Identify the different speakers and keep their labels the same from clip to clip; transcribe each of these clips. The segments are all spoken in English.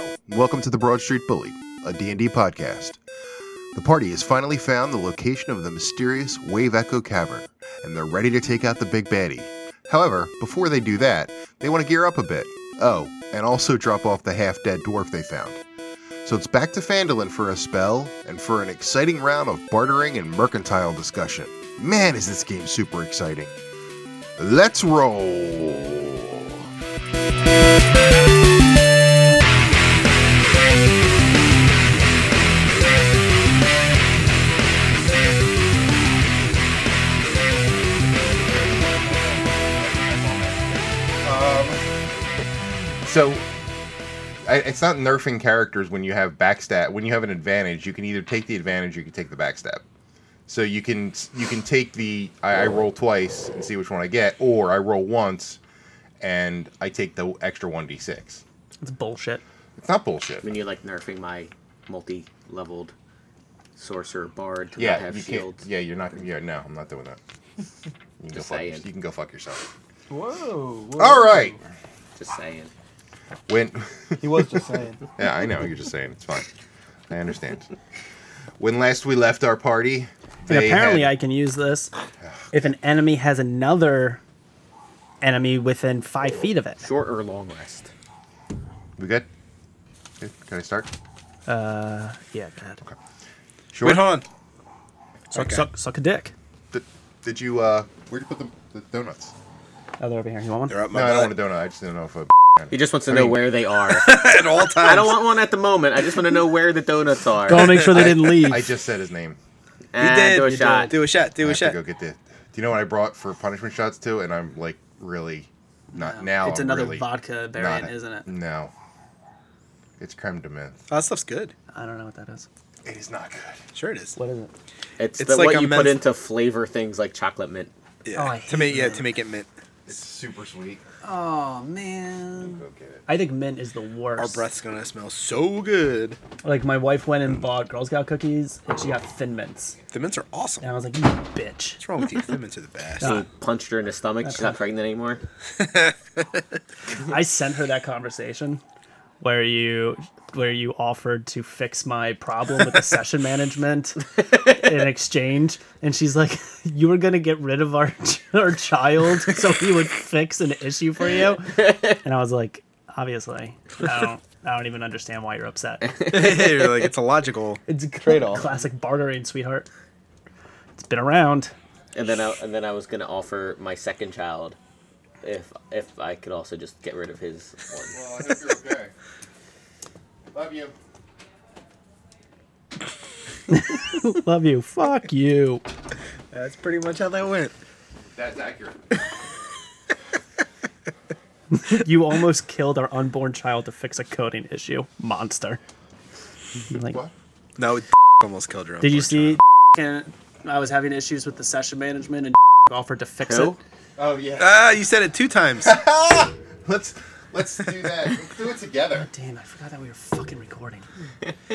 Speaker 1: to the Broad Street Bully, a D&D podcast. The party has finally found the location of the mysterious Wave Echo Cavern, and they're ready to take out the big baddie. However, before they do that, they want to gear up a bit. Oh, and also drop off the half-dead dwarf they found. So it's back to Fandolin for a spell and for an exciting round of bartering and mercantile discussion. Man, is this game super exciting. Let's roll. Um, so I, it's not nerfing characters when you have backstab. When you have an advantage, you can either take the advantage or you can take the backstab. So you can you can take the I, I roll twice and see which one I get, or I roll once and I take the extra one d six.
Speaker 2: It's bullshit.
Speaker 1: It's not bullshit.
Speaker 3: I mean, you're like nerfing my multi-leveled sorcerer bard to
Speaker 1: Yeah,
Speaker 3: not have
Speaker 1: you can't.
Speaker 3: shields.
Speaker 1: Yeah, you're not. Yeah, no, I'm not doing that. You can, go
Speaker 3: Just
Speaker 1: fuck,
Speaker 3: saying.
Speaker 1: your- you can go fuck yourself.
Speaker 4: Whoa.
Speaker 5: Ah.
Speaker 4: whoa.
Speaker 1: All right.
Speaker 3: Just saying.
Speaker 1: When
Speaker 4: He was just saying.
Speaker 1: Yeah, I know. You're just saying it's fine. I understand. When last we left our party,
Speaker 2: And
Speaker 1: they
Speaker 2: apparently, I
Speaker 1: had,
Speaker 2: can use this if an enemy has another enemy within five feet of it.
Speaker 3: Short or long rest.
Speaker 1: we good. Good? Can I start?
Speaker 2: Yeah, God.
Speaker 1: Sure.
Speaker 5: Wait, hold on.
Speaker 2: Suck,
Speaker 5: Okay.
Speaker 2: suck, suck a dick.
Speaker 1: Did, did you? uh Where'd you put the, the donuts?
Speaker 2: Oh, they're over here. You want one?
Speaker 5: They're up my
Speaker 1: No, I don't
Speaker 5: butt
Speaker 1: want a donut. I just don't know if. I,
Speaker 3: He just wants to know
Speaker 1: mean-
Speaker 3: where they are.
Speaker 5: at all times.
Speaker 3: I don't want one at the moment. I just want to know where the donuts are.
Speaker 2: Gotta make sure they didn't leave.
Speaker 1: I just said his name.
Speaker 5: You
Speaker 3: Ah,
Speaker 5: did.
Speaker 3: do a
Speaker 5: you
Speaker 3: shot.
Speaker 5: did. Do a shot.
Speaker 1: I
Speaker 5: Do a
Speaker 1: have to
Speaker 5: shot.
Speaker 1: go get the. Do you know what I brought for punishment shots too? And I'm like really not now.
Speaker 2: It's
Speaker 1: I'm
Speaker 2: another
Speaker 1: really
Speaker 2: vodka variant,
Speaker 1: not-
Speaker 2: isn't it?
Speaker 1: No. It's creme de menthe.
Speaker 5: Oh, that stuff's good.
Speaker 2: I don't know what that is.
Speaker 1: It is not good.
Speaker 5: Sure it is.
Speaker 2: What is it?
Speaker 3: It's,
Speaker 5: It's
Speaker 3: the,
Speaker 5: like
Speaker 3: what
Speaker 5: a
Speaker 3: you put
Speaker 5: menth-
Speaker 3: into flavor things like chocolate mint.
Speaker 2: Oh,
Speaker 5: Yeah.
Speaker 2: I
Speaker 5: to make
Speaker 2: hate
Speaker 5: yeah
Speaker 2: that.
Speaker 5: to make it mint.
Speaker 1: It's super sweet.
Speaker 2: Oh man.
Speaker 1: Go get it.
Speaker 2: I think mint is the worst.
Speaker 5: Our breath's gonna smell so good.
Speaker 2: Like my wife went and bought Girl Scout cookies, and she got thin mints,
Speaker 5: The mints are awesome.
Speaker 2: and I was like, "You bitch."
Speaker 5: What's wrong with you? The mints are the best.
Speaker 2: Uh,
Speaker 3: He punched her in the stomach. She's not pregnant anymore.
Speaker 2: I sent her that conversation where you where you offered to fix my problem with the session management in exchange and she's like you were going to get rid of our our child so he would fix an issue for you and I was like obviously I don't I don't even understand why you're upset
Speaker 5: You're like it's illogical.
Speaker 2: it's a
Speaker 5: Trade-off.
Speaker 2: classic bartering sweetheart it's been around
Speaker 3: And then I and then I was gonna offer my second child, if if I could also just get rid of his one.
Speaker 1: Well, Oh, I hope you're okay. Love you.
Speaker 2: love you fuck you
Speaker 5: That's pretty much how that went.
Speaker 1: That's accurate.
Speaker 2: You almost killed our unborn child to fix a coding issue. Monster. Like,
Speaker 1: What?
Speaker 5: No, almost killed her.
Speaker 2: did you
Speaker 5: unfortunately.
Speaker 2: see? and I was having issues with the session management and offered to fix
Speaker 3: Who?
Speaker 2: it.
Speaker 1: Oh yeah.
Speaker 5: Ah, you said it two times.
Speaker 1: Let's let's do that. Let's do it together.
Speaker 2: Damn, I forgot that we were fucking recording.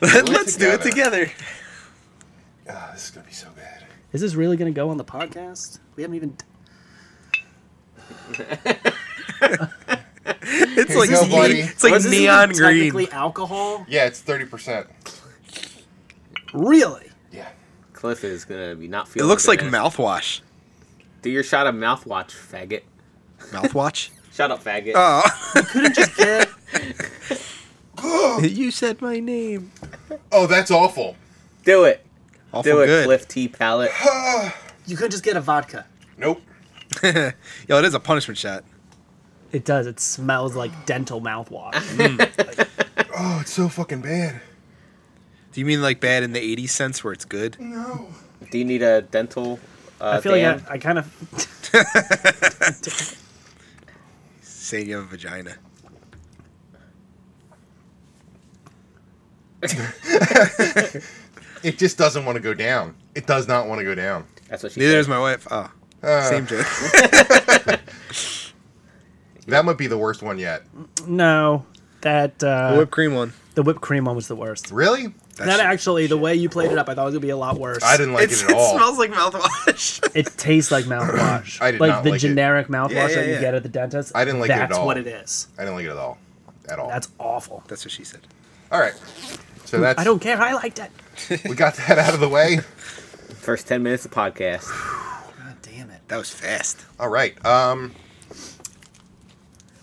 Speaker 5: Let's do it together.
Speaker 1: Ah, this is gonna be so bad.
Speaker 2: Is this really gonna go on the podcast? We haven't even.
Speaker 5: It's like
Speaker 1: you go,
Speaker 5: ne-
Speaker 1: buddy.
Speaker 5: it's like
Speaker 2: Was this
Speaker 5: neon
Speaker 2: even
Speaker 5: green.
Speaker 2: Technically alcohol.
Speaker 1: Yeah, it's thirty percent.
Speaker 2: Really?
Speaker 1: Yeah.
Speaker 3: Cliff is gonna be not
Speaker 5: It
Speaker 3: feeling.
Speaker 5: looks
Speaker 3: good
Speaker 5: like
Speaker 3: in
Speaker 5: mouthwash.
Speaker 3: Do your shot of mouthwash, faggot.
Speaker 5: Mouthwash.
Speaker 3: Shut up, faggot.
Speaker 5: Oh,
Speaker 2: Yeah.
Speaker 5: you said my name.
Speaker 1: Oh, that's awful.
Speaker 3: Do it.
Speaker 5: Awful
Speaker 3: Do it,
Speaker 5: good.
Speaker 3: Cliff T. Palette.
Speaker 2: You could just get a vodka.
Speaker 1: Nope.
Speaker 5: Yo, it is a punishment shot.
Speaker 2: It does. It smells like dental mouthwash.
Speaker 1: Oh, it's so fucking bad.
Speaker 5: Do you mean like bad in the 80 cents where it's good?
Speaker 1: No.
Speaker 3: Do you need a dental? Uh,
Speaker 2: I feel
Speaker 3: dam?
Speaker 2: like I, I kind of.
Speaker 5: Saying you have a vagina.
Speaker 1: It just doesn't want to go down. It does not want to go down.
Speaker 3: That's what she
Speaker 5: Neither
Speaker 3: said.
Speaker 5: is my wife. Oh,
Speaker 1: Uh,
Speaker 5: same joke.
Speaker 1: That might be the worst one yet.
Speaker 2: no, that uh,
Speaker 5: the whipped cream one.
Speaker 2: the whipped cream one was the worst.
Speaker 1: Really?
Speaker 2: That actually, the way you played it up, I thought it was gonna be a lot worse.
Speaker 1: I didn't like it at all.
Speaker 5: like mouthwash.
Speaker 2: It tastes like mouthwash.
Speaker 1: I did
Speaker 2: like
Speaker 1: not
Speaker 2: the
Speaker 1: like it.
Speaker 2: generic mouthwash
Speaker 5: Yeah,
Speaker 2: that
Speaker 5: yeah,
Speaker 2: you
Speaker 5: yeah.
Speaker 2: get at the dentist.
Speaker 1: I didn't like it at
Speaker 2: That's
Speaker 1: all. Oh.
Speaker 2: what it is.
Speaker 1: I didn't like it at all. At all.
Speaker 2: That's awful.
Speaker 5: That's what she said.
Speaker 1: All right. So that's
Speaker 2: I don't care. I liked it.
Speaker 1: we got that out of the way.
Speaker 3: First ten minutes of podcast.
Speaker 2: God damn it.
Speaker 5: That was fast.
Speaker 1: All right. Um,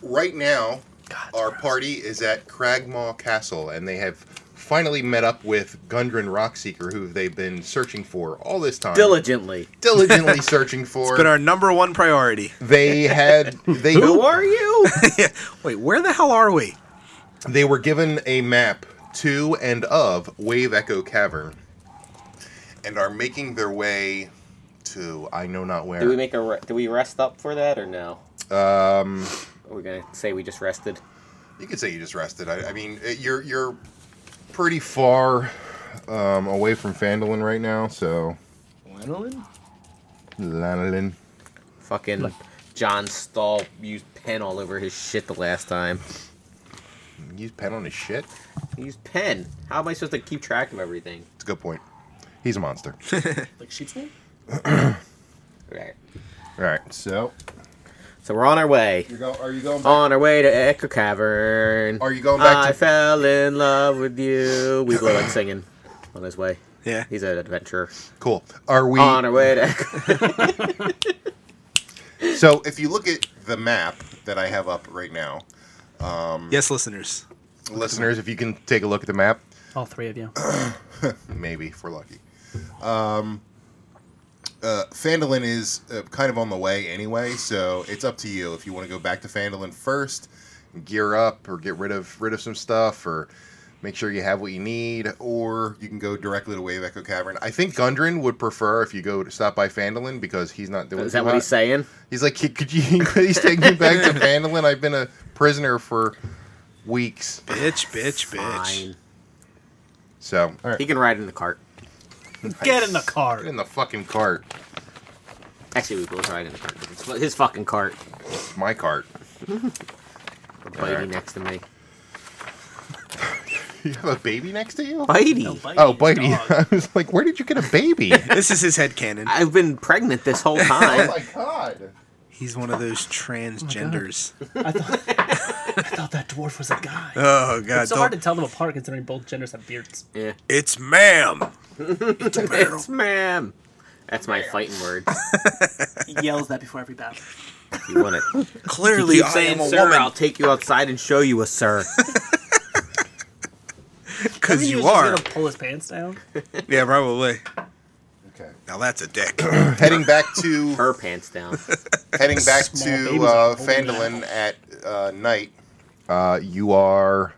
Speaker 1: right now,
Speaker 2: God,
Speaker 1: our
Speaker 2: bro.
Speaker 1: party is at Cragmaw Castle, and they have finally met up with Gundren Rockseeker, who they've been searching for all this time.
Speaker 3: Diligently.
Speaker 1: diligently searching for.
Speaker 5: But our number one priority.
Speaker 1: they had they
Speaker 3: Who are you?
Speaker 5: Wait, where the hell are we?
Speaker 1: they were given a map to and of Wave Echo Cavern, and are making their way to I know not where.
Speaker 3: do we make a? Re- do we rest up for that or no?
Speaker 1: um,
Speaker 3: We're gonna say we just rested.
Speaker 1: you could say you just rested. I, I mean, it- you're you're pretty far um, away from Fandolin right now, so
Speaker 4: Lanolin?
Speaker 1: Lanolin.
Speaker 3: Fucking John Stahl used pen all over his shit the last time.
Speaker 1: Use pen on his shit.
Speaker 3: He used pen. How am I supposed to keep track of everything?
Speaker 1: It's a good point. He's a monster.
Speaker 2: Like sheep's name?
Speaker 3: Right.
Speaker 1: All right, so
Speaker 3: So we're on our way.
Speaker 1: you're go- are you going?
Speaker 3: On our way to Echo Cavern.
Speaker 1: Are you going back
Speaker 3: I
Speaker 1: to-
Speaker 3: fell in love with you. We blew it singing on his way.
Speaker 5: Yeah.
Speaker 3: He's an adventurer.
Speaker 1: Cool. Are we?
Speaker 3: On our way to Echo
Speaker 1: So if you look at the map that I have up right now,
Speaker 5: Yes, listeners.
Speaker 1: listeners, if you can take a look at the map,
Speaker 2: All three of you.
Speaker 1: maybe if we're lucky. Um, uh, Fandolin is uh, kind of on the way anyway, so it's up to you if you want to go back to Fandolin first, gear up, or get rid of rid of some stuff, or make sure you have what you need, or you can go directly to Wave Echo Cavern. I think Gundren would prefer if you go to stop by Fandolin because he's not doing.
Speaker 3: Is
Speaker 1: too
Speaker 3: that what
Speaker 1: hot.
Speaker 3: he's saying?
Speaker 1: He's like, "Could- could you please take me back to Vandalin? I've been a prisoner for weeks.
Speaker 5: Bitch, bitch, bitch.
Speaker 3: Fine.
Speaker 1: So, all
Speaker 3: He
Speaker 1: right,
Speaker 3: can ride in the cart.
Speaker 2: Get in the car.
Speaker 1: get in the fucking cart.
Speaker 3: Actually, we both ride in the cart. It's his fucking cart.
Speaker 1: It's my cart.
Speaker 3: The
Speaker 1: All
Speaker 3: Bitey
Speaker 1: right.
Speaker 3: next to me.
Speaker 1: You have a baby next to you?
Speaker 3: Bitey.
Speaker 1: Oh, Bitey. I was like, where did you get a baby? oh
Speaker 5: This is his head cannon.
Speaker 3: I've been pregnant this whole time.
Speaker 1: my god.
Speaker 5: He's one of those transgenders.
Speaker 2: I thought, I thought that dwarf was a guy.
Speaker 5: Oh god,
Speaker 2: it's so hard to
Speaker 5: don't.
Speaker 2: tell them apart considering both genders have beards.
Speaker 3: yeah.
Speaker 5: It's ma'am. It's a barrel.
Speaker 3: It's ma'am. That's my fighting word.
Speaker 2: He yells that before every battle.
Speaker 3: You want it?
Speaker 5: Clearly, I am a
Speaker 3: sir, I'll
Speaker 5: woman
Speaker 3: take you outside and show you a sir.
Speaker 5: because
Speaker 2: he
Speaker 5: you
Speaker 2: was just
Speaker 5: are.
Speaker 2: gonna pull his pants down.
Speaker 5: Yeah, probably.
Speaker 1: Okay.
Speaker 5: Now that's a dick.
Speaker 1: Heading back to
Speaker 3: Her pants down.
Speaker 1: heading back
Speaker 2: Small
Speaker 1: to
Speaker 2: babies
Speaker 1: uh,
Speaker 2: are
Speaker 1: Fandolin at uh, night. Uh, you are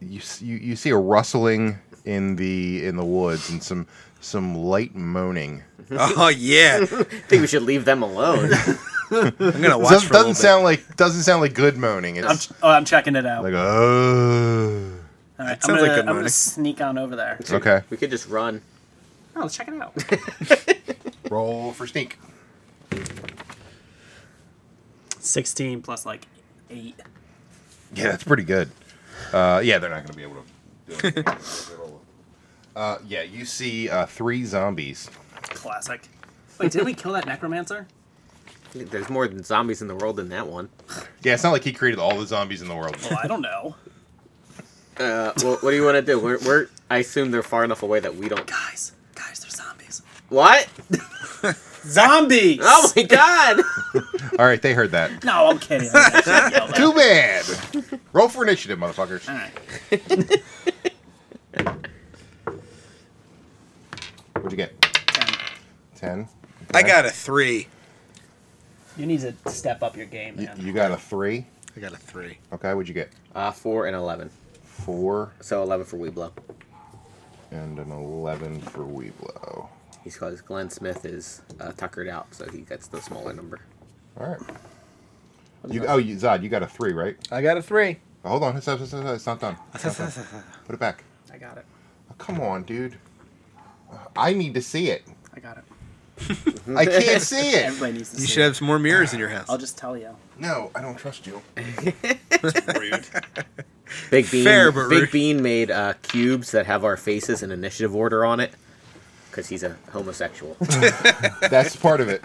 Speaker 1: you, s- you you see a rustling in the in the woods and some some light moaning.
Speaker 5: Oh yeah,
Speaker 3: I think we should leave them alone.
Speaker 5: I'm gonna watch
Speaker 1: doesn't,
Speaker 5: for a little
Speaker 1: doesn't
Speaker 5: bit.
Speaker 1: sound like doesn't sound like good moaning.
Speaker 2: I'm,
Speaker 1: It's
Speaker 2: oh, I'm checking it out.
Speaker 1: like oh,
Speaker 2: All right, I'm
Speaker 5: that sounds
Speaker 2: gonna,
Speaker 5: like good
Speaker 2: I'm gonna
Speaker 5: money.
Speaker 2: sneak on over there.
Speaker 1: okay.
Speaker 3: We could just run.
Speaker 2: Oh, let's check it out.
Speaker 1: Roll for sneak.
Speaker 2: 16 plus like eight.
Speaker 1: Yeah, that's pretty good. Uh, yeah, they're not gonna be able to. Do anything. uh, yeah, you see uh, three zombies.
Speaker 2: Classic. Wait, did we kill that necromancer?
Speaker 3: There's more than zombies in the world than that one.
Speaker 1: Yeah, it's not like he created all the zombies in the world.
Speaker 2: Well, I don't know.
Speaker 3: Uh, well, what do you want to do? We're, we're. I assume they're far enough away that we don't.
Speaker 2: Guys, guys, they're zombies.
Speaker 3: What?
Speaker 2: Zombies!
Speaker 3: Oh my god!
Speaker 1: all right, they heard that.
Speaker 2: No, I'm kidding. I shouldn't yell that.
Speaker 1: Too bad. Roll for initiative, motherfuckers.
Speaker 2: All right.
Speaker 1: What'd you get?
Speaker 2: 10.
Speaker 1: Ten.
Speaker 5: I got a three.
Speaker 2: You need to step up your game,
Speaker 1: You,
Speaker 2: man.
Speaker 1: you got a three.
Speaker 5: I got a three.
Speaker 1: Okay, what'd you get?
Speaker 3: Uh, four and eleven.
Speaker 1: Four
Speaker 3: So eleven for Weeblo.
Speaker 1: and an eleven for Weeblow.
Speaker 3: He's because Glenn Smith is uh, tuckered out, so he gets the smaller number.
Speaker 1: All right. You, oh, you, Zod, you got a three, right?
Speaker 4: I got a three.
Speaker 1: Hold on, it's, it's, it's, it's not done.
Speaker 5: Ah,
Speaker 1: It's not done. Put it back.
Speaker 2: I got it.
Speaker 1: Oh, come on, dude. I need to see it.
Speaker 2: I got it.
Speaker 1: I can't see it.
Speaker 2: Everybody needs to
Speaker 5: You
Speaker 2: see
Speaker 5: should
Speaker 2: it.
Speaker 5: have some more mirrors in your house.
Speaker 2: I'll just tell you.
Speaker 1: No, I don't trust you.
Speaker 2: Rude.
Speaker 3: Big Bean.
Speaker 5: Fair, but
Speaker 3: Big
Speaker 5: rude.
Speaker 3: Bean made uh, cubes that have our faces in initiative order on it, because he's a homosexual.
Speaker 1: That's part of it.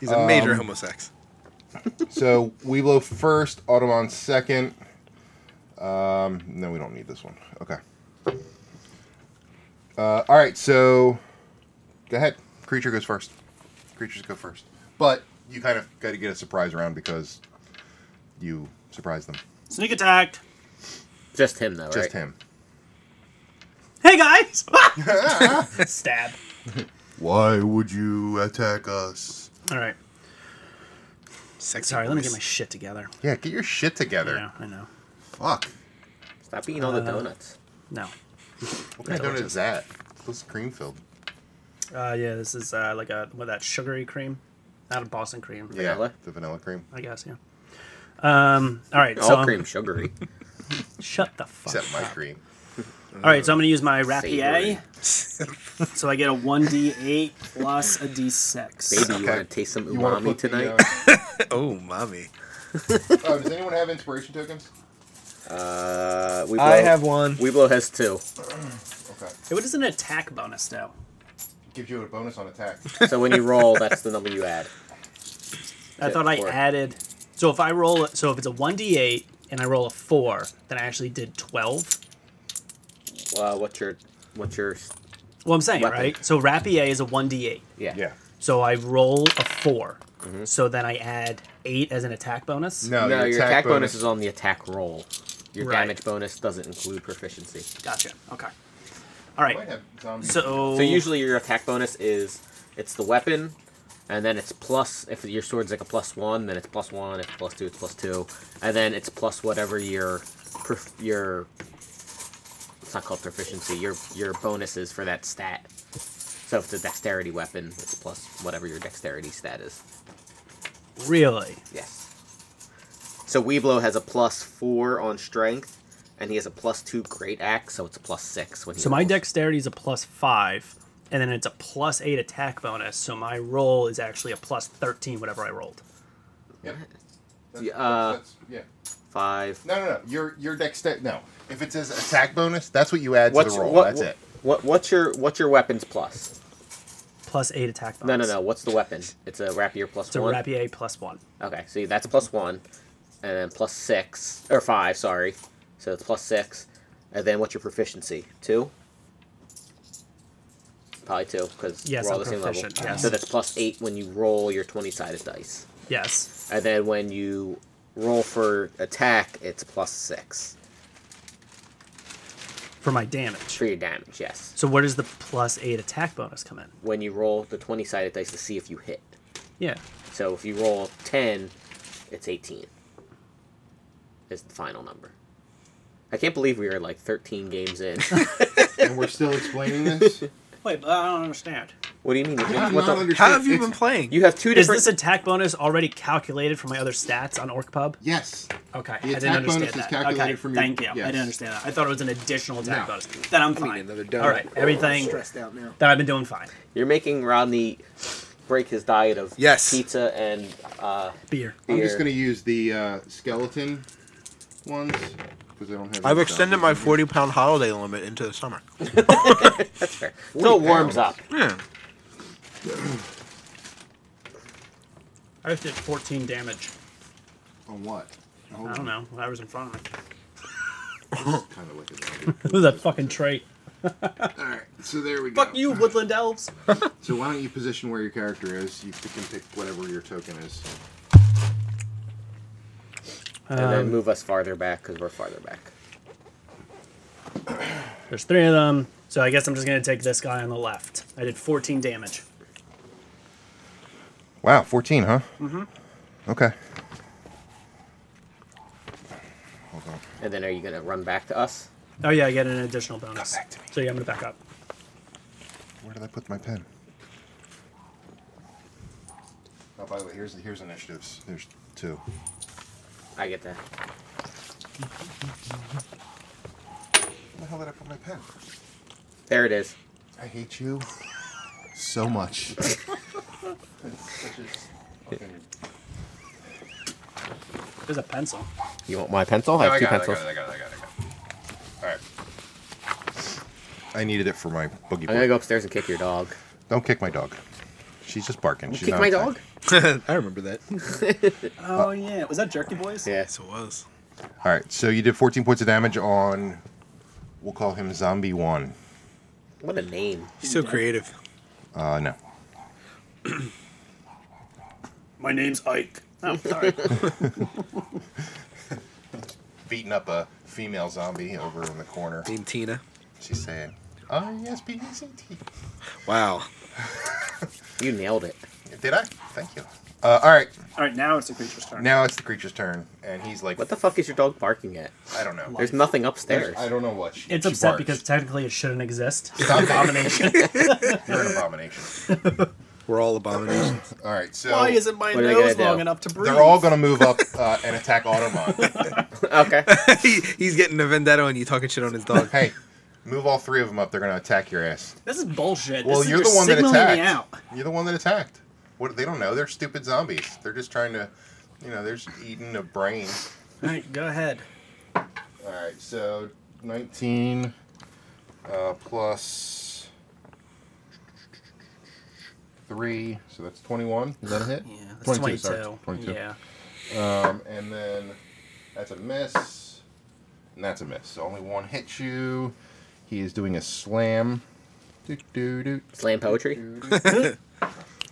Speaker 5: He's a major homosex.
Speaker 1: So Weeblo first, Audubon second, Um, no, we don't need this one. Okay. Uh, all right, so go ahead. Creature goes first. Creatures go first. But you kind of got to get a surprise round because you surprised them.
Speaker 2: Sneak attack.
Speaker 3: Just him, though,
Speaker 1: Just
Speaker 3: right?
Speaker 1: him.
Speaker 2: Hey guys! Stab.
Speaker 1: Why would you attack us?
Speaker 2: All right.
Speaker 5: Sexy
Speaker 2: Sorry, let me get my
Speaker 5: voice.
Speaker 2: shit together.
Speaker 1: Yeah, get your shit together.
Speaker 2: Yeah, I know.
Speaker 1: Fuck.
Speaker 3: Stop eating all the donuts.
Speaker 2: No.
Speaker 1: What kind of donut is that? This cream filled.
Speaker 2: Uh, yeah, this is uh, like a what that sugary cream, not a Boston cream.
Speaker 1: Yeah,
Speaker 3: Vanilla?
Speaker 1: the vanilla cream.
Speaker 2: I guess yeah. Um. All right. so
Speaker 3: all
Speaker 2: I'm-
Speaker 3: cream sugary.
Speaker 2: Shut the fuck.
Speaker 1: Except my
Speaker 2: up.
Speaker 1: cream.
Speaker 2: All right. So I'm gonna use my rapier.
Speaker 3: Savory.
Speaker 2: So I get a one d eight plus a d six.
Speaker 3: Baby, you
Speaker 1: Okay.
Speaker 3: want to taste some
Speaker 1: You wanna
Speaker 3: umami
Speaker 1: put the,
Speaker 3: tonight?
Speaker 5: oh, mommy.
Speaker 1: uh, oh, does anyone have inspiration tokens?
Speaker 3: Uh, we blow,
Speaker 5: I have one.
Speaker 3: Weeblo has two.
Speaker 1: Okay.
Speaker 2: What is an attack bonus though?
Speaker 1: Gives you a bonus on attack.
Speaker 3: So when you roll, that's the number you add.
Speaker 2: I
Speaker 3: Yeah,
Speaker 2: thought I
Speaker 3: four.
Speaker 2: added. So if I roll, it- so if it's a one d eight and I roll a four, then I actually did twelve.
Speaker 3: Uh, what's your, what's your,
Speaker 2: Well, I'm saying
Speaker 3: Weapon.
Speaker 2: right. So rapier is a one d eight.
Speaker 3: yeah.
Speaker 1: yeah.
Speaker 2: So I roll a 4 So then I add eight as an attack bonus.
Speaker 1: No,
Speaker 3: Mm-hmm. no, your attack bonus is on the attack roll. Your
Speaker 2: Right.
Speaker 3: damage bonus doesn't include proficiency.
Speaker 2: Gotcha. Okay. All right. So,
Speaker 3: So usually your attack bonus is it's the weapon, and then it's plus if your sword's like a plus one, then it's plus one. If plus two, it's plus two, and then it's plus whatever your prof- your it's not called proficiency. Your your bonus is for that stat. So if it's a dexterity weapon, it's plus whatever your dexterity stat is.
Speaker 2: really,
Speaker 3: Yes. So Weeblo has a plus four on strength, and he has a plus two great axe, so it's a plus six when he
Speaker 2: so my
Speaker 3: rolls.
Speaker 2: dexterity is a plus five, and then it's a plus eight attack bonus. So my roll is actually a plus thirteen, whatever I rolled.
Speaker 1: Yep.
Speaker 3: That's- uh, that's-
Speaker 1: yeah.
Speaker 3: five.
Speaker 1: No, no, no. Your your dexterity. No, if it says attack bonus, that's what you add to the roll. that's it.
Speaker 3: What what's your what's your weapons plus?
Speaker 2: Plus eight attack
Speaker 3: No,
Speaker 2: bonus.
Speaker 3: no, no. What's the weapon? It's a rapier plus
Speaker 2: It's a
Speaker 3: one.
Speaker 2: rapier plus one.
Speaker 3: Okay, so that's plus one, and then plus six or five. Sorry, so it's plus six, and then what's your proficiency? Two. Probably two because
Speaker 2: Yes,
Speaker 3: we're all
Speaker 2: I'm
Speaker 3: the same level.
Speaker 2: proficient, yes.
Speaker 3: So that's plus eight when you roll your twenty-sided dice,
Speaker 2: Yes.
Speaker 3: and then when you roll for attack, it's plus six
Speaker 2: For my damage.
Speaker 3: for your damage. Yes,
Speaker 2: So where does the plus eight attack bonus come in?
Speaker 3: when you roll the twenty-sided dice to see if you hit.
Speaker 2: Yeah.
Speaker 3: So if you roll 10, it's 18. Is the final number. I can't believe we are like 13 games in.
Speaker 1: and we're still explaining this.
Speaker 2: Wait, but I don't understand.
Speaker 3: what do you mean?
Speaker 1: I'm
Speaker 3: What
Speaker 1: not
Speaker 3: the-
Speaker 5: How have
Speaker 1: understanding.
Speaker 5: you
Speaker 1: It's-
Speaker 5: been playing?
Speaker 3: you have two
Speaker 2: Is
Speaker 3: different.
Speaker 2: this attack bonus already calculated for my other stats on Orc Pub?
Speaker 1: Yes.
Speaker 2: Okay, I
Speaker 1: The
Speaker 2: didn't
Speaker 1: attack
Speaker 2: understand
Speaker 1: bonus is
Speaker 2: that.
Speaker 1: calculated
Speaker 2: okay,
Speaker 1: from your-
Speaker 2: thank you. I
Speaker 1: yes.
Speaker 2: didn't understand that. I thought it was an additional attack
Speaker 1: No.
Speaker 2: bonus. Then I'm fine.
Speaker 5: another donut.
Speaker 2: All right, everything
Speaker 4: Stressed out now.
Speaker 2: that I've been doing fine.
Speaker 3: You're making Rodney break his diet of
Speaker 5: Yes.
Speaker 3: pizza and uh,
Speaker 2: Beer.
Speaker 1: I'm just
Speaker 3: Here.
Speaker 1: gonna use the uh, skeleton ones because I don't have.
Speaker 5: I've
Speaker 1: any
Speaker 5: extended
Speaker 1: skeletons
Speaker 5: my
Speaker 1: in here.
Speaker 5: 40 pound holiday limit into the summer.
Speaker 3: until it warms up.
Speaker 1: pounds.
Speaker 5: Yeah.
Speaker 2: I just did 14 damage.
Speaker 1: On what?
Speaker 2: I don't know. When I was in front of me.
Speaker 1: Kind of looking.
Speaker 2: This is a fucking trait.
Speaker 1: All right. So there we go.
Speaker 2: Fuck you, woodland elves.
Speaker 1: So why don't you position where your character is? You can pick whatever your token is.
Speaker 3: And
Speaker 2: Um,
Speaker 3: then move us farther back because we're farther back.
Speaker 2: There's three of them, so I guess I'm just gonna take this guy on the left. I did 14 damage.
Speaker 1: Wow, 14, huh? Mm-hmm. Okay. Hold on.
Speaker 3: And then are you going to run back to us?
Speaker 2: Oh yeah, I get an additional bonus.
Speaker 1: Come back to me.
Speaker 2: So yeah, I'm gonna back up.
Speaker 1: Where did I put my pen? Oh, by the way, here's here's initiatives. There's two.
Speaker 3: I get that.
Speaker 1: Where the hell did I put my pen?
Speaker 3: There it is.
Speaker 1: I hate you so much.
Speaker 2: There's a pencil.
Speaker 3: You want my pencil? I have two pencils.
Speaker 1: I got it. I got it. All right. I needed it for my boogie.
Speaker 3: I'm going to go upstairs and kick your dog.
Speaker 1: Don't kick my dog. She's just barking. She's
Speaker 3: kick
Speaker 1: not
Speaker 3: my
Speaker 1: attack-
Speaker 3: dog?
Speaker 5: I remember that.
Speaker 2: Oh yeah, was that Jerky Boys?
Speaker 3: Yeah.
Speaker 5: Yes, it was.
Speaker 1: All right, so you did 14 points of damage on, we'll call him Zombie One.
Speaker 3: What a name.
Speaker 5: He's so creative.
Speaker 1: Uh, no.
Speaker 2: My name's Ike. Oh, sorry.
Speaker 1: Beating up a female zombie over in the corner.
Speaker 5: Named Tina.
Speaker 1: She's saying, "Oh yes, B-E-C-T.
Speaker 5: Wow.
Speaker 3: You nailed it.
Speaker 1: Did I? Thank you. Uh, all right,
Speaker 6: All right, now it's the creature's turn.
Speaker 1: now it's the creature's turn, and he's like,
Speaker 3: What the fuck is your dog barking at?
Speaker 1: I don't know.
Speaker 3: There's nothing upstairs.
Speaker 1: I don't know what. She,
Speaker 2: It's
Speaker 1: she
Speaker 2: upset
Speaker 1: barks.
Speaker 2: because technically it shouldn't exist.
Speaker 1: Stop it.
Speaker 2: Abomination.
Speaker 1: you're an abomination.
Speaker 5: We're all abominations.
Speaker 1: All right, so
Speaker 2: Why isn't my
Speaker 3: What are they gonna
Speaker 2: nose
Speaker 3: do?
Speaker 2: long enough to breathe?
Speaker 1: they're all gonna move up uh, and attack Autobot.
Speaker 3: okay.
Speaker 5: he, he's getting a vendetta on you talking shit on his dog.
Speaker 1: hey, move all three of them up. They're gonna attack your ass.
Speaker 6: This is bullshit.
Speaker 1: Well,
Speaker 6: This is
Speaker 1: you're the
Speaker 6: just
Speaker 1: one that
Speaker 6: signaling
Speaker 1: attacked.
Speaker 6: Me out.
Speaker 1: You're the one that attacked. What? They don't know. They're stupid zombies. They're just trying to, you know, they're just eating a brain.
Speaker 2: All right, go ahead.
Speaker 1: All right, so 19 uh, plus three, so that's 21. Is that a hit?
Speaker 2: Yeah, that's
Speaker 1: 22,
Speaker 2: 22.
Speaker 1: sorry, 22.
Speaker 2: Yeah.
Speaker 1: Um, and then that's a miss, and that's a miss. So only one hits you. He is doing a slam. Do, do, do,
Speaker 3: Slam poetry.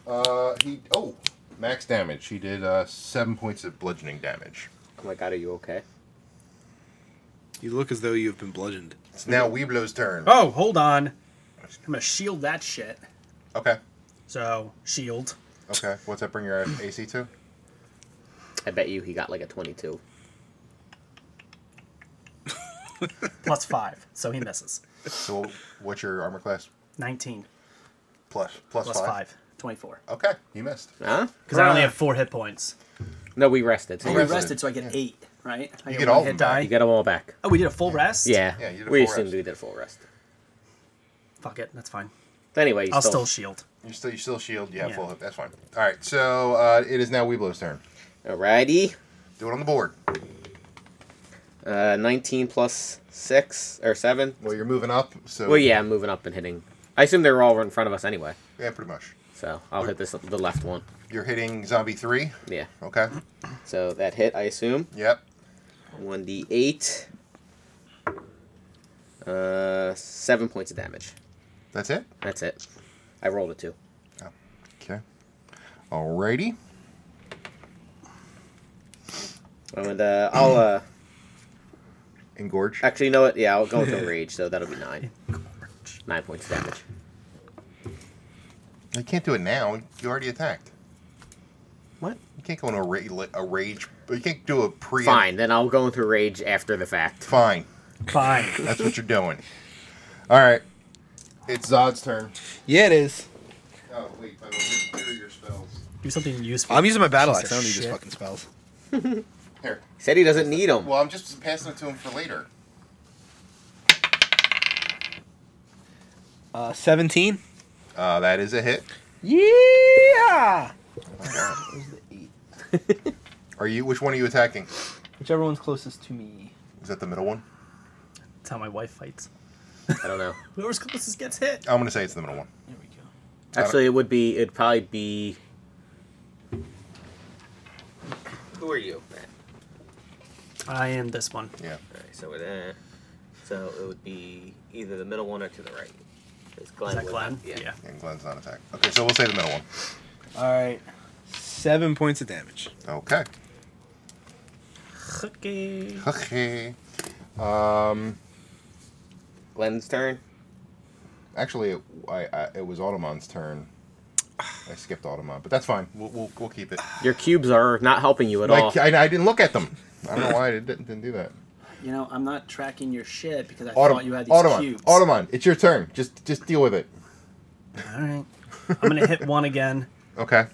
Speaker 1: uh, he oh, max damage. He did uh, seven points of bludgeoning damage.
Speaker 3: Oh my god, are you okay?
Speaker 5: You look as though you've been bludgeoned.
Speaker 1: It's now Weeblo's turn.
Speaker 2: Oh, hold on. I'm gonna shield that shit.
Speaker 1: Okay,
Speaker 2: So shield.
Speaker 1: okay. What's that bring your AC to?
Speaker 3: I bet you he got like a 22.
Speaker 2: plus five, so he misses.
Speaker 1: So what's your armor class?
Speaker 2: 19
Speaker 1: Plus plus,
Speaker 2: plus
Speaker 1: five.
Speaker 2: five. 24.
Speaker 1: Okay, you missed.
Speaker 3: Huh?
Speaker 2: Because I only have four hit points.
Speaker 3: No, we rested. So
Speaker 1: Oh, We
Speaker 6: I
Speaker 1: rested.
Speaker 6: rested, so I get eight. Right? I
Speaker 1: You get all
Speaker 2: one
Speaker 1: of
Speaker 2: hit
Speaker 1: them back.
Speaker 2: die.
Speaker 3: You get them all back.
Speaker 2: Oh, we did a full rest?
Speaker 3: Yeah.
Speaker 1: Yeah, you did a
Speaker 3: we
Speaker 1: full
Speaker 3: assumed
Speaker 1: rest.
Speaker 3: we did a full rest.
Speaker 2: Fuck it, that's fine.
Speaker 3: Anyway, you
Speaker 2: I'll still shield.
Speaker 1: You're still you still shield. You have
Speaker 2: Yeah.
Speaker 1: full hit. That's fine. All right, so uh, it is now Weeblo's turn.
Speaker 3: Alrighty.
Speaker 1: Do it on the board.
Speaker 3: Uh, 19 plus 6 or 7.
Speaker 1: Well, you're moving up, so
Speaker 3: Well, yeah, I'm moving up and hitting. I assume they were all in front of us anyway.
Speaker 1: yeah, pretty much.
Speaker 3: So I'll hit this the left one.
Speaker 1: You're hitting zombie three.
Speaker 3: Yeah.
Speaker 1: Okay.
Speaker 3: So that hit, I assume.
Speaker 1: Yep.
Speaker 3: 1d8. Uh, 7 points of damage.
Speaker 1: That's it.
Speaker 3: That's it. I rolled a 2.
Speaker 1: Okay. Alrighty.
Speaker 3: And uh, I'll uh,
Speaker 1: Engorge.
Speaker 3: actually you know what? Yeah, I'll go into rage, so that'll be 9. 9 points of damage.
Speaker 1: You can't do it now. You already attacked.
Speaker 3: What?
Speaker 1: You can't go into a, ra- a rage. You can't do a pre.
Speaker 3: Fine, then I'll go into rage after the fact.
Speaker 1: Fine.
Speaker 2: Fine.
Speaker 1: That's what you're doing. All right. It's Zod's turn.
Speaker 5: Yeah, it is.
Speaker 1: Oh wait, I will clear your spells.
Speaker 2: Do something useful.
Speaker 5: I'm using my battle
Speaker 2: Piece
Speaker 5: axe. I don't
Speaker 2: of
Speaker 5: need his
Speaker 2: shit.
Speaker 5: fucking spells.
Speaker 1: Here.
Speaker 3: He said he doesn't need them.
Speaker 1: Well, I'm just passing it to him for later.
Speaker 5: Uh, 17.
Speaker 1: Uh, that is a hit. Oh
Speaker 4: Yeah.
Speaker 3: E.
Speaker 1: Are you? Which one are you attacking?
Speaker 4: Whichever one's closest to me.
Speaker 1: Is that the middle one?
Speaker 2: That's how my wife fights.
Speaker 3: I don't know.
Speaker 2: Whoever's closest gets hit.
Speaker 1: I'm gonna say it's the middle one.
Speaker 4: There we go.
Speaker 3: Actually, it would be. It'd probably be. Who are you?
Speaker 2: I am this one.
Speaker 1: Yeah.
Speaker 3: Alright, so it, uh, so it would be either the middle one or to the right. It's Glenn.
Speaker 2: Is that
Speaker 3: would-
Speaker 2: Glenn?
Speaker 1: And Glenn's not attacked. Okay, so we'll say the middle one.
Speaker 4: All right.
Speaker 5: Seven points of damage.
Speaker 1: Okay.
Speaker 2: Okay.
Speaker 1: Okay. Um.
Speaker 3: Glenn's turn.
Speaker 1: Actually, it, I, I it was Automon's turn. I skipped Automon, but that's fine. We'll we'll, we'll keep it.
Speaker 3: Your cubes are not helping you at all.
Speaker 1: Like, I, I didn't look at them. I don't know why I didn't, didn't do that.
Speaker 6: You know, I'm not tracking your shit because I thought you
Speaker 1: Autom-
Speaker 6: had these
Speaker 1: Automon,
Speaker 6: cubes.
Speaker 1: Automon, it's your turn. Just just deal with it.
Speaker 2: All right. I'm going to hit one again.
Speaker 1: Okay.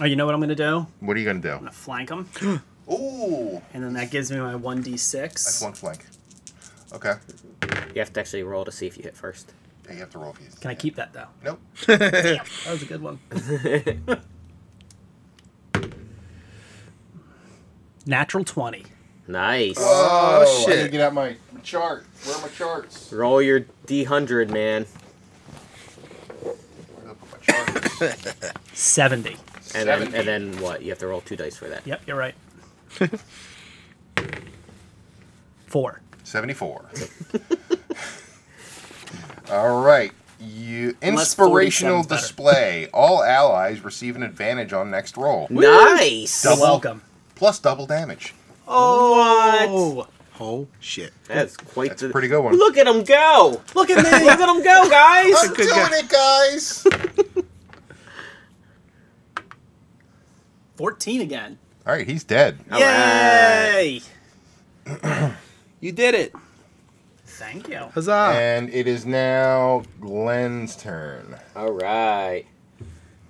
Speaker 2: Oh, you know what I'm going to do? I'm
Speaker 1: What are you gonna do?
Speaker 2: going to flank him.
Speaker 1: Ooh,
Speaker 2: And then that gives me my
Speaker 1: that's
Speaker 2: 1d6.
Speaker 1: one flank. Okay.
Speaker 3: You have to actually roll to see if you hit first.
Speaker 1: Yeah, you have to roll if you.
Speaker 2: Can I keep that, though?
Speaker 1: Nope.
Speaker 2: That was a good one. Natural 20.
Speaker 3: Nice.
Speaker 1: Oh, I need to
Speaker 5: shit.
Speaker 1: get out my my chart. Where are my charts?
Speaker 3: Roll your D100, man.
Speaker 1: Where did I put my charts?
Speaker 2: 70.
Speaker 3: And then,
Speaker 1: 70.
Speaker 3: and then what? You have to roll two dice for that.
Speaker 2: Yep, you're right. Four.
Speaker 1: 74. All right. You
Speaker 6: Unless 40
Speaker 1: inspirational
Speaker 6: sounds better.
Speaker 1: display. All allies receive an advantage on next roll.
Speaker 3: Nice.
Speaker 1: Double-
Speaker 2: Welcome.
Speaker 1: Plus double damage.
Speaker 3: What?
Speaker 5: Oh shit!
Speaker 3: That's quite
Speaker 1: That's a
Speaker 3: the.
Speaker 1: pretty good one.
Speaker 3: Look at him go! Look at me! Look at him go, guys!
Speaker 1: I'm doing it, guys.
Speaker 6: 14 again.
Speaker 1: All right, he's dead.
Speaker 6: Yay!
Speaker 4: You did it.
Speaker 2: Thank you.
Speaker 5: Huzzah!
Speaker 1: And it is now Glenn's turn.
Speaker 3: All right.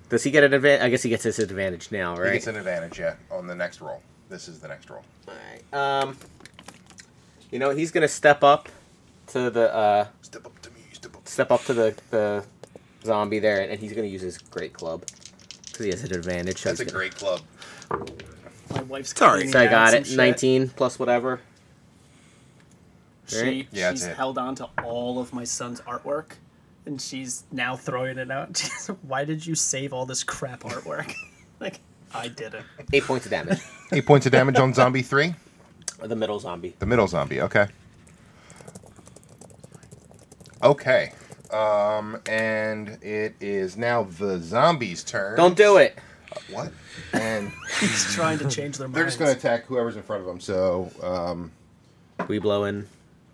Speaker 3: Does he get an advantage? I guess he gets his advantage now,
Speaker 1: He
Speaker 3: right?
Speaker 1: gets an advantage yet on the next roll. This is the next roll.
Speaker 3: All right. Um, you know he's gonna step up to the uh,
Speaker 1: Step up to me. Step up.
Speaker 3: step up to the, the zombie there, and he's gonna use his great club because he has an advantage. so
Speaker 1: That's a
Speaker 3: he's gonna-
Speaker 1: great club.
Speaker 6: My wife's
Speaker 5: all right.
Speaker 6: cleaning
Speaker 3: So I
Speaker 6: out
Speaker 3: got
Speaker 6: some
Speaker 3: it.
Speaker 6: shit.
Speaker 3: Nineteen plus whatever.
Speaker 6: She,
Speaker 3: Right?
Speaker 1: Yeah,
Speaker 6: she's
Speaker 1: that's it.
Speaker 6: held on to all of my son's artwork.
Speaker 2: And she's now throwing it out. She's, Why did you save all this crap artwork? like, I did it.
Speaker 3: Eight points of damage.
Speaker 1: Eight points of damage on zombie three.
Speaker 3: the middle zombie.
Speaker 1: The middle zombie, okay. Okay. Um, and it is now the zombie's turn.
Speaker 3: Don't do it.
Speaker 1: What? And
Speaker 2: She's trying to change their minds.
Speaker 1: they're just going to attack whoever's in front of them. So, um,
Speaker 3: We blow in.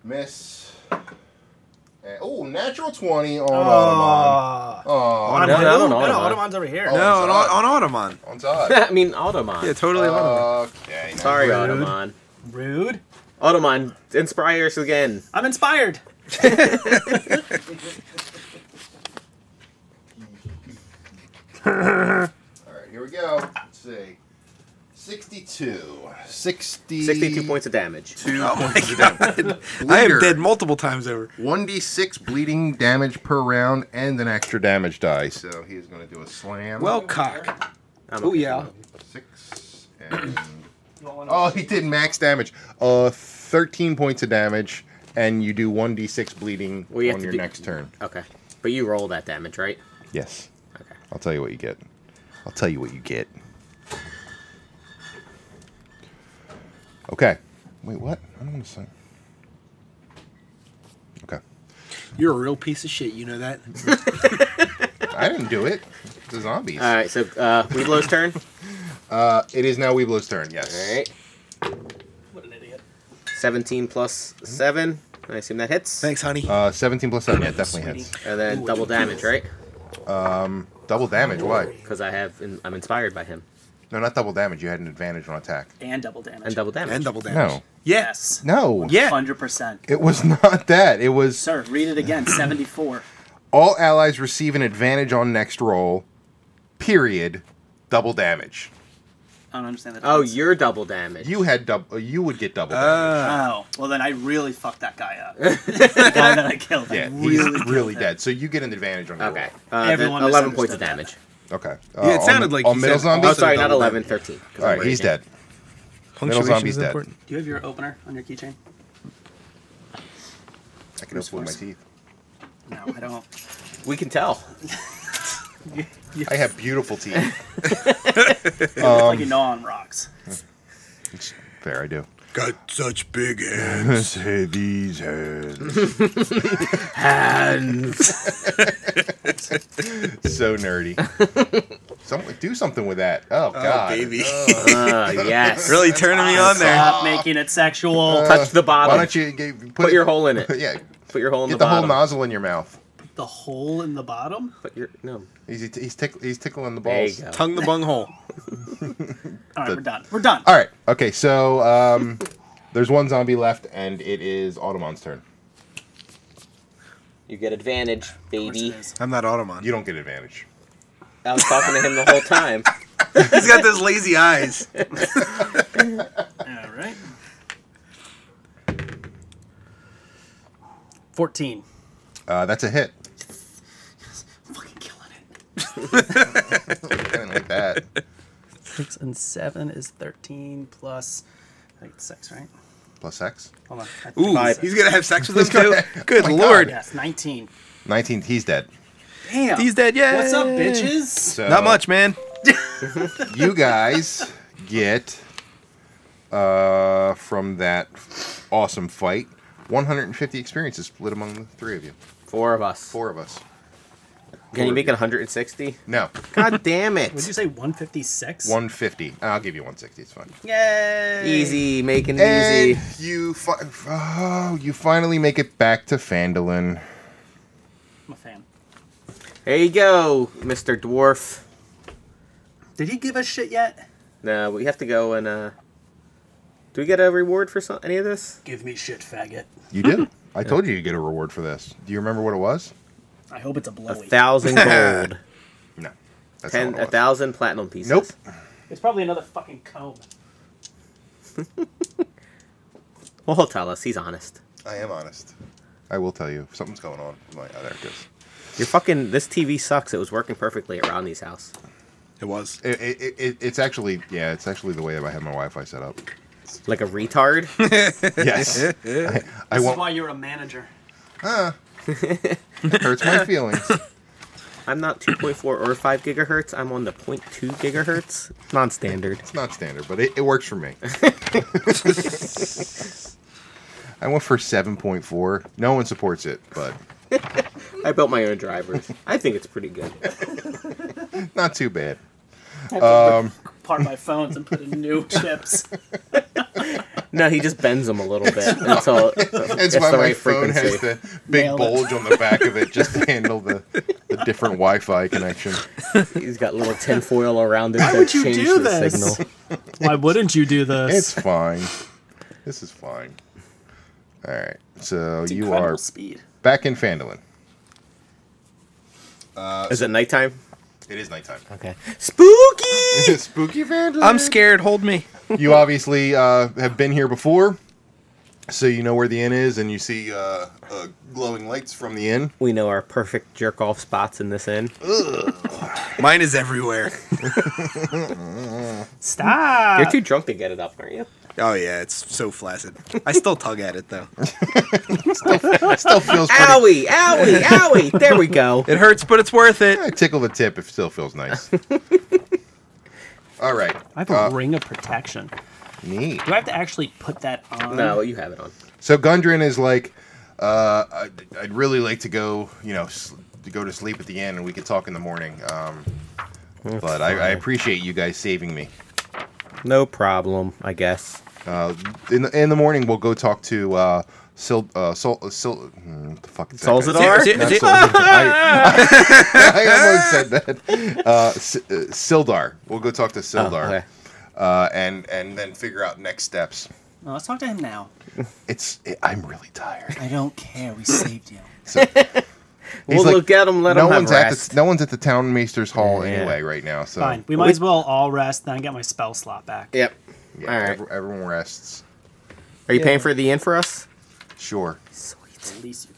Speaker 1: miss. And, oh, natural 20 on Automon.
Speaker 2: Aw.
Speaker 1: Oh,
Speaker 3: no, no, no, no,
Speaker 2: no,
Speaker 3: no.
Speaker 2: Automon's over here.
Speaker 1: Oh.
Speaker 5: No, on, on Uh, Automon.
Speaker 1: on Zod.
Speaker 3: I mean Automon.
Speaker 5: Yeah, totally Automon.
Speaker 1: Okay. now-
Speaker 3: Sorry,
Speaker 2: Rude.
Speaker 3: Automon.
Speaker 2: Rude.
Speaker 3: Automon, inspire us again.
Speaker 2: I'm inspired.
Speaker 1: All right, here we go. Let's see. 62. 60.
Speaker 3: Sixty-two points Oh of damage.
Speaker 1: Two points of damage.
Speaker 5: I am
Speaker 1: Leader.
Speaker 5: dead multiple times over.
Speaker 1: 1d6 bleeding damage per round and an extra damage die. So he is going to do a slam.
Speaker 5: Well, cock.
Speaker 3: I'm
Speaker 4: Oh
Speaker 3: okay.
Speaker 4: yeah.
Speaker 1: six and. Oh, he did max damage. Uh, 13 points of damage, and you do 1d6 bleeding
Speaker 3: Well, you have
Speaker 1: on
Speaker 3: to
Speaker 1: your
Speaker 3: do-
Speaker 1: next turn.
Speaker 3: Okay, but you roll that damage, right?
Speaker 1: Yes.
Speaker 3: Okay.
Speaker 1: I'll tell you what you get. I'll tell you what you get. Okay. Wait, what? I don't want to say. Okay.
Speaker 5: You're a real piece of shit. You know that.
Speaker 1: I didn't do it. It's the zombies.
Speaker 3: All right, so uh, Weeblow's turn.
Speaker 1: Uh, it is now Weeblo's turn, yes.
Speaker 3: All right,
Speaker 2: What an idiot.
Speaker 3: seventeen plus seven. I assume that hits.
Speaker 5: Thanks, honey.
Speaker 1: Uh, 17 plus 7, yeah, definitely hits.
Speaker 3: And then double damage, right?
Speaker 1: Double damage, why?
Speaker 3: Because I have, in, I'm inspired by him,
Speaker 1: No, not double damage. You had an advantage on attack.
Speaker 6: And double damage.
Speaker 3: and double damage.
Speaker 5: And double damage.
Speaker 1: No.
Speaker 5: Yes.
Speaker 6: Yes.
Speaker 1: No.
Speaker 5: Yeah.
Speaker 6: 100%.
Speaker 1: It was not that. It was
Speaker 6: Sir, read it again. 74.
Speaker 1: all allies receive an advantage on next roll, period, double damage.
Speaker 6: I don't understand that.
Speaker 3: Oh,
Speaker 6: difference.
Speaker 3: you're double damage.
Speaker 1: You had double. You would get double damage.
Speaker 5: Uh,
Speaker 6: Oh, well then I really fucked that guy up. the guy that I killed. I
Speaker 1: Yeah, he's
Speaker 6: really,
Speaker 1: really,
Speaker 6: killed him.
Speaker 1: dead. So you get an advantage on your
Speaker 3: okay.
Speaker 1: roll.
Speaker 3: Uh, then
Speaker 6: Everyone
Speaker 3: eleven points of
Speaker 6: misunderstood that.
Speaker 3: damage.
Speaker 1: Okay. Uh,
Speaker 5: Yeah, it
Speaker 1: on-
Speaker 5: sounded like
Speaker 1: on
Speaker 5: you
Speaker 1: middle
Speaker 5: said
Speaker 1: zombie.
Speaker 3: Oh,
Speaker 5: Also
Speaker 3: sorry, not
Speaker 5: double
Speaker 3: 11,
Speaker 5: damage.
Speaker 3: 13. 'cause
Speaker 1: all
Speaker 3: I'm
Speaker 1: right, he's
Speaker 3: raging.
Speaker 1: dead. Middle zombie's dead.
Speaker 2: Do you have your opener on your keychain?
Speaker 1: I can open my teeth.
Speaker 6: No, I don't.
Speaker 3: We can tell.
Speaker 1: I have beautiful teeth.
Speaker 6: It's like you gnaw on rocks.
Speaker 1: It's fair, I do.
Speaker 5: Got such big hands.
Speaker 1: Say these hands. so nerdy. Some, do something with that. Oh, God.
Speaker 5: baby.
Speaker 3: Uh, yes.
Speaker 5: really turning me on there.
Speaker 6: Stop making it sexual.
Speaker 3: Touch the
Speaker 1: Why
Speaker 3: bottom.
Speaker 1: don't you get, put,
Speaker 3: Put your hole in it.
Speaker 1: Yeah,
Speaker 3: Put your hole in
Speaker 1: get
Speaker 3: the,
Speaker 1: the, whole
Speaker 3: bottom.
Speaker 1: nozzle in your mouth.
Speaker 2: The hole in the bottom?
Speaker 3: Put your no.
Speaker 1: He's he's, tick, he's tickling the
Speaker 3: There
Speaker 1: balls.
Speaker 3: you go.
Speaker 5: Tongue the bunghole.
Speaker 6: All right, we're done. We're done.
Speaker 1: All right. Okay. So um, there's one zombie left, and it is Automon's turn.
Speaker 3: You get advantage,
Speaker 6: Of course it
Speaker 3: baby.
Speaker 6: is.
Speaker 5: I'm not Automon.
Speaker 1: You don't get advantage.
Speaker 3: I was talking to him the whole time.
Speaker 5: He's got those lazy eyes.
Speaker 6: All right.
Speaker 2: 14.
Speaker 1: Uh, that's a hit.
Speaker 6: Fucking killing it.
Speaker 1: I didn't like that.
Speaker 2: 6 and 7 is 13 plus, I think it's 6, right?
Speaker 1: Plus X.
Speaker 2: Hold on. I think
Speaker 5: Ooh,
Speaker 2: it's
Speaker 5: he's
Speaker 2: six.
Speaker 5: gonna have sex with them too. Good
Speaker 1: Oh my
Speaker 5: lord.
Speaker 1: God.
Speaker 2: Yes, 19.
Speaker 1: 19. He's dead.
Speaker 6: Damn.
Speaker 5: He's dead. Yeah.
Speaker 6: What's up, bitches?
Speaker 1: So
Speaker 5: Not much, man.
Speaker 1: You guys get uh, from that awesome fight. 150 experiences split among the three of you.
Speaker 3: Four of us.
Speaker 1: Four of us.
Speaker 3: Can you make it 160?
Speaker 1: No,
Speaker 3: God damn it.
Speaker 2: Would you say 156?
Speaker 1: 150. I'll give you 160. It's fine.
Speaker 2: Yay!
Speaker 3: Easy, making it
Speaker 1: And
Speaker 3: easy.
Speaker 1: you, fi- oh, you finally make it back to Fandolin.
Speaker 2: I'm a fan.
Speaker 3: There you go, Mr. Dwarf.
Speaker 2: Did he give us shit yet?
Speaker 3: No, we have to go and uh do we get a reward for some, any of this?
Speaker 2: Give me shit, faggot.
Speaker 1: You did. I told you you get a reward for this. Do you remember what it was?
Speaker 2: I hope it's a
Speaker 3: A
Speaker 2: blowy.
Speaker 3: thousand gold,
Speaker 1: No. That's not
Speaker 3: ten,
Speaker 1: what it
Speaker 3: a
Speaker 1: was.
Speaker 3: thousand platinum pieces.
Speaker 1: Nope.
Speaker 2: it's probably another fucking comb.
Speaker 3: Well, he'll tell us. He's honest.
Speaker 1: I am honest. I will tell you if something's going on. with My, oh, there it goes.
Speaker 3: You're fucking. This TV sucks. It was working perfectly at Rodney's house.
Speaker 5: It was.
Speaker 1: It, it, it, it's actually yeah, it's actually the way that I have my Wi-Fi set up.
Speaker 3: Like a retard.
Speaker 1: Yes, I, I
Speaker 2: This is
Speaker 1: won't.
Speaker 2: why you're a manager.
Speaker 1: it hurts my feelings.
Speaker 3: I'm not 2.4 or 5 gigahertz. I'm on the 0.2 gigahertz, non-standard.
Speaker 1: It's not standard, but it, it works for me. I went for seven point four. No one supports it, but
Speaker 3: I built my own drivers. I think it's pretty good.
Speaker 1: not too bad.
Speaker 2: Part my phones and put in new chips.
Speaker 3: No, he just bends them a little bit until
Speaker 1: It's
Speaker 3: it's
Speaker 1: why
Speaker 3: the
Speaker 1: my
Speaker 3: right
Speaker 1: phone has
Speaker 3: frequency.
Speaker 1: the big
Speaker 2: Nailed it.
Speaker 1: bulge on the back of it just to handle the, the different Wi-Fi connection.
Speaker 3: He's got little tinfoil around it
Speaker 2: Why
Speaker 3: to
Speaker 2: would you
Speaker 3: change
Speaker 2: do
Speaker 3: the
Speaker 2: this?
Speaker 3: signal.
Speaker 2: Why wouldn't you do
Speaker 1: It's
Speaker 2: this?
Speaker 1: fine. This is fine. All right, so you
Speaker 2: Incredible
Speaker 1: are
Speaker 2: speed.
Speaker 1: back in Fandolin. Uh,
Speaker 3: Is it nighttime?
Speaker 1: It is nighttime.
Speaker 3: Okay. Spooky.
Speaker 1: Spooky Fandolin.
Speaker 4: I'm scared. Hold me.
Speaker 1: you obviously uh, have been here before, so you know where the inn is, and you see uh, uh, glowing lights from the inn.
Speaker 3: We know our perfect jerk off spots in this inn.
Speaker 5: Mine is everywhere.
Speaker 2: Stop!
Speaker 3: You're too drunk to get it up, aren't you?
Speaker 5: Oh yeah, it's so flaccid. I still tug at it though.
Speaker 1: It still feels pretty.
Speaker 3: Owie, owie, owie. There we go.
Speaker 5: It hurts, but it's worth it.
Speaker 1: I tickle the tip. It still feels nice. All right.
Speaker 2: I have a ring of protection.
Speaker 1: Neat.
Speaker 2: Do I have to actually put that on?
Speaker 3: No, you have it on.
Speaker 1: So Gundren is like, uh, I'd, I'd really like to go, you know, s- to go to sleep at the inn, and we could talk in the morning. Um, but I, I appreciate you guys saving me.
Speaker 3: No problem, I guess.
Speaker 1: In the, in the morning, we'll go talk to uh, Sil. Uh, Sol, uh, Sil hmm, what the fuck is that guy's
Speaker 3: Solzadar?
Speaker 1: name?
Speaker 3: Dar-
Speaker 5: Is it- is
Speaker 1: Not
Speaker 5: it-
Speaker 1: Sol- I, I almost said that. Uh, S- uh, Sildar. We'll go talk to Sildar,
Speaker 3: Oh, okay.
Speaker 1: uh, and and then figure out next steps.
Speaker 2: No, let's talk to him now.
Speaker 1: It's I'm really tired.
Speaker 2: I don't care. We saved you.
Speaker 1: So,
Speaker 3: We'll
Speaker 1: like,
Speaker 3: look at him, let
Speaker 1: no
Speaker 3: him have
Speaker 1: one's at
Speaker 3: rest.
Speaker 1: the, no one's at the town maester's hall
Speaker 3: Yeah.
Speaker 1: anyway right now. So
Speaker 2: Fine. We might as well all rest. Then I get my spell slot back.
Speaker 3: yep.
Speaker 1: Yeah,
Speaker 3: All right.
Speaker 1: ev- everyone rests.
Speaker 3: Are you paying for the inn for us?
Speaker 1: Sure.
Speaker 2: It's the least you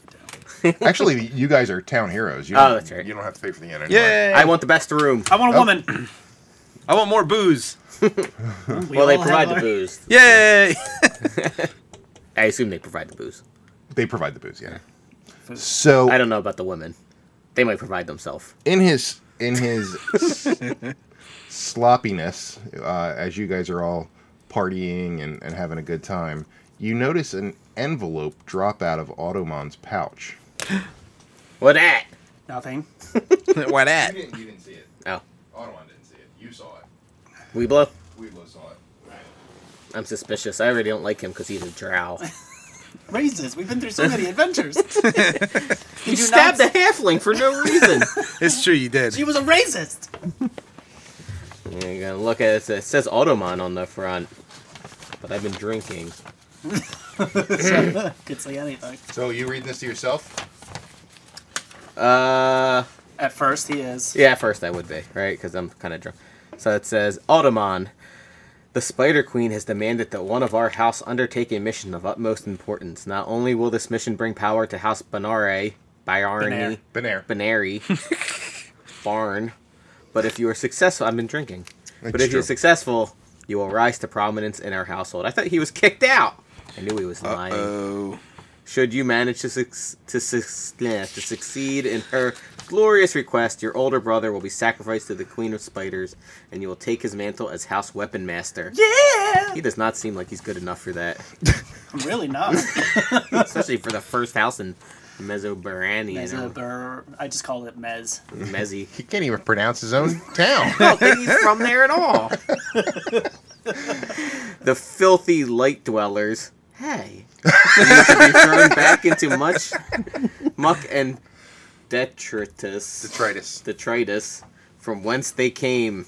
Speaker 2: could do.
Speaker 1: Actually, you guys are town heroes. You
Speaker 3: Oh,
Speaker 1: don't-
Speaker 3: that's right.
Speaker 1: You don't have to pay for the inn. Anyway.
Speaker 5: Yay!
Speaker 3: I want the best room.
Speaker 2: I want a woman.
Speaker 5: I want more booze.
Speaker 2: We
Speaker 3: well, they
Speaker 2: all have
Speaker 3: provide the
Speaker 2: our-
Speaker 3: booze.
Speaker 5: Yay!
Speaker 3: I assume they provide the booze.
Speaker 1: They provide the booze. Yeah. So
Speaker 3: I don't know about the women. They might provide themselves.
Speaker 1: in his in his s- sloppiness, uh, as you guys are all partying and, and having a good time, you notice an envelope drop out of Automon's pouch.
Speaker 3: What that?
Speaker 2: Nothing.
Speaker 5: Why that?
Speaker 1: didn't, you didn't see it.
Speaker 3: Oh,
Speaker 1: Automon didn't see it. You saw it.
Speaker 3: we blow.
Speaker 1: We saw it.
Speaker 3: I'm suspicious. I already don't like him because he's a drow.
Speaker 2: Raises. We've been through so many adventures.
Speaker 3: you stabbed a halfling for no reason.
Speaker 5: It's true, you did.
Speaker 2: She was a racist.
Speaker 3: You're gonna look at it. It says Automon on the front, but I've been drinking.
Speaker 2: Could say anything.
Speaker 1: So you reading this to yourself?
Speaker 3: Uh,
Speaker 2: At first, he is.
Speaker 3: yeah, at first I would be right because I'm kind of drunk. So it says Automon. The Spider Queen has demanded that one of our house undertake a mission of utmost importance. Not only will this mission bring power to House Banare, Biarni,
Speaker 1: Benair.
Speaker 3: Banary barn. But if you are successful, I've been drinking. but
Speaker 1: That's
Speaker 3: if you're
Speaker 1: true.
Speaker 3: successful, you will rise to prominence in our household. I thought he was kicked out. I knew he was lying.
Speaker 5: Oh,
Speaker 3: Should you manage to suc- to, suc- nah, to succeed in her glorious request, your older brother will be sacrificed to the Queen of Spiders, and you will take his mantle as House Weapon Master.
Speaker 6: Yeah.
Speaker 3: He does not seem like he's good enough for that,
Speaker 6: I'm really not.
Speaker 3: especially for the first house in Mesobarani.
Speaker 6: Mez,
Speaker 3: You
Speaker 6: uh,
Speaker 3: know,
Speaker 6: brr, I just call it Mez.
Speaker 3: Mezzi.
Speaker 1: He can't even pronounce his own town.
Speaker 3: I don't think he's from there at all. the filthy light dwellers. Hey. Need to be thrown back into much muck and detritus
Speaker 5: Detritus.
Speaker 3: detritus from whence they came.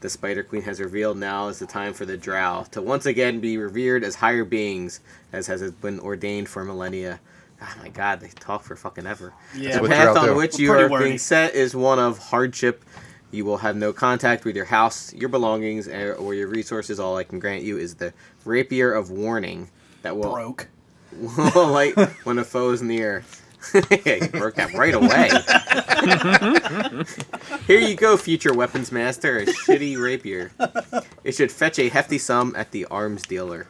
Speaker 3: The Spider Queen has revealed now is the time for the Drow to once again be revered as higher beings, as has been ordained for millennia. Oh my god, they talk for fucking ever.
Speaker 6: Yeah.
Speaker 3: the
Speaker 1: what
Speaker 3: path
Speaker 1: Drow
Speaker 3: on
Speaker 1: do.
Speaker 3: which you
Speaker 6: Pretty
Speaker 3: are
Speaker 6: wordy.
Speaker 3: being set is one of hardship. You will have no contact with your house, your belongings, eh, or your resources. All I can grant you is the rapier of warning that will
Speaker 6: Broke.
Speaker 3: will light when a foe is near. yeah, you broke that right away. Here you go, future weapons master, a shitty rapier. It should fetch a hefty sum at the arms dealer.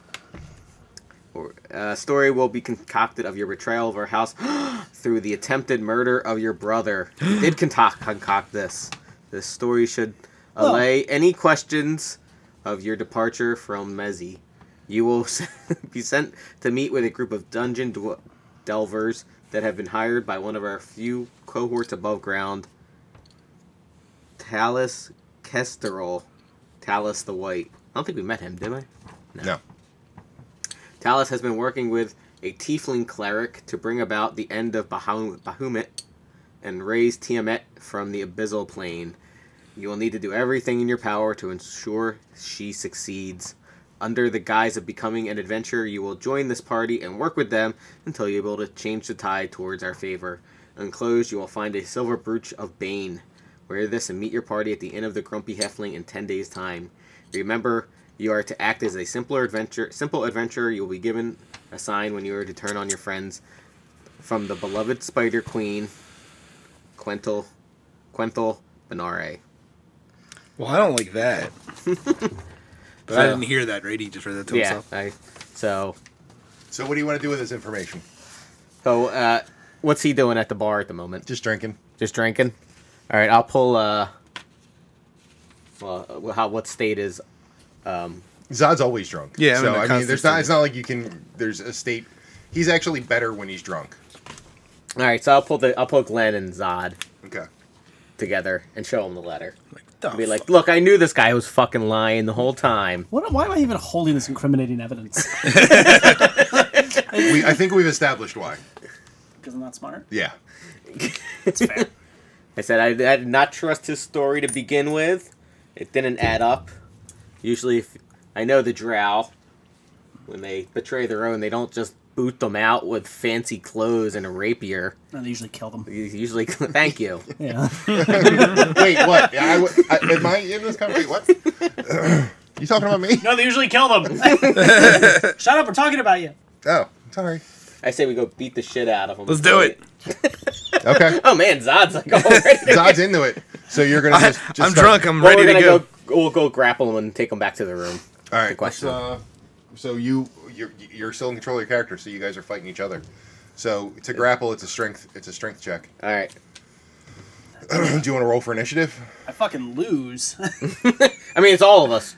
Speaker 3: Or a story will be concocted of your betrayal of our house through the attempted murder of your brother. You did concoct, concoct this. This story should allay any questions of your departure from Mezzi. You will be sent to meet with a group of dungeon dw- delvers that have been hired by one of our few cohorts above ground, Talus Kesterol, Talus the White. I don't think we met him, did I?
Speaker 1: No.
Speaker 3: Talus has been working with a tiefling cleric to bring about the end of Bahum- Bahamut and raise Tiamat from the abyssal plane. You will need to do everything in your power to ensure she succeeds. Under the guise of becoming an adventurer, you will join this party and work with them until you're able to change the tide towards our favor. Enclosed, you will find a silver brooch of Bane. Wear this and meet your party at the Inn of the Grumpy Hefling in 10 days' time. Remember, you are to act as a simpler adventure, simple adventurer. You will be given a sign when you are to turn on your friends from the beloved Spider Queen, Quentil, Quentil Benare.
Speaker 5: Well, I don't like that. but I
Speaker 3: So-
Speaker 5: didn't hear that, right? He just read that to
Speaker 3: Yeah,
Speaker 5: himself.
Speaker 3: I, so
Speaker 1: So what do you want to do with this information?
Speaker 3: So, uh, what's he doing at the bar at the moment?
Speaker 1: Just drinking.
Speaker 3: Just drinking. All right, I'll pull. Uh, well, how what state is?
Speaker 1: Zod's always drunk.
Speaker 5: Yeah, I'm
Speaker 1: So
Speaker 5: in a
Speaker 1: I mean,
Speaker 5: constant
Speaker 1: there's not. It's not like you can. There's a state. He's actually better when he's drunk.
Speaker 3: All right, so I'll pull the I'll pull Glenn and Zod
Speaker 1: Okay.
Speaker 3: together and show him the letter.
Speaker 5: Like, the
Speaker 3: Be like,
Speaker 5: Oh, fuck?
Speaker 3: look, I knew this guy was fucking lying the whole time.
Speaker 6: What, why am I even holding this incriminating evidence?
Speaker 1: We, I think we've established why.
Speaker 6: Because I'm not smart.
Speaker 1: Yeah.
Speaker 6: It's fair.
Speaker 3: I said I, I did not trust his story to begin with. It didn't add up. Usually, if, I know the Drow. When they betray their own, they don't just boot them out with fancy clothes and a rapier.
Speaker 6: and they usually kill them.
Speaker 3: You Usually, thank you.
Speaker 6: Yeah.
Speaker 1: Wait, what? I, wa- I, am I in this conversation? What? you talking about me?
Speaker 6: No, they usually kill them. Shut up, we're talking about you.
Speaker 1: Oh, sorry.
Speaker 3: I say we go beat the shit out of him.
Speaker 5: Let's do it.
Speaker 1: Okay.
Speaker 3: Oh man, Zod's like all ready. to-
Speaker 1: Zod's into it. So you're gonna just. just
Speaker 5: I'm
Speaker 1: start-
Speaker 5: drunk. I'm
Speaker 3: Well,
Speaker 5: ready
Speaker 3: we're
Speaker 5: to
Speaker 3: gonna
Speaker 5: go.
Speaker 3: We'll go grapple him and take him back to the room.
Speaker 1: All right.
Speaker 3: Good question.
Speaker 1: let's, uh, so you you're, you're still in control of your character, so you guys are fighting each other. So to grapple, it's a strength. It's a strength check.
Speaker 3: All right.
Speaker 1: do you want to roll for initiative?
Speaker 6: I fucking lose.
Speaker 3: I mean, it's all of us.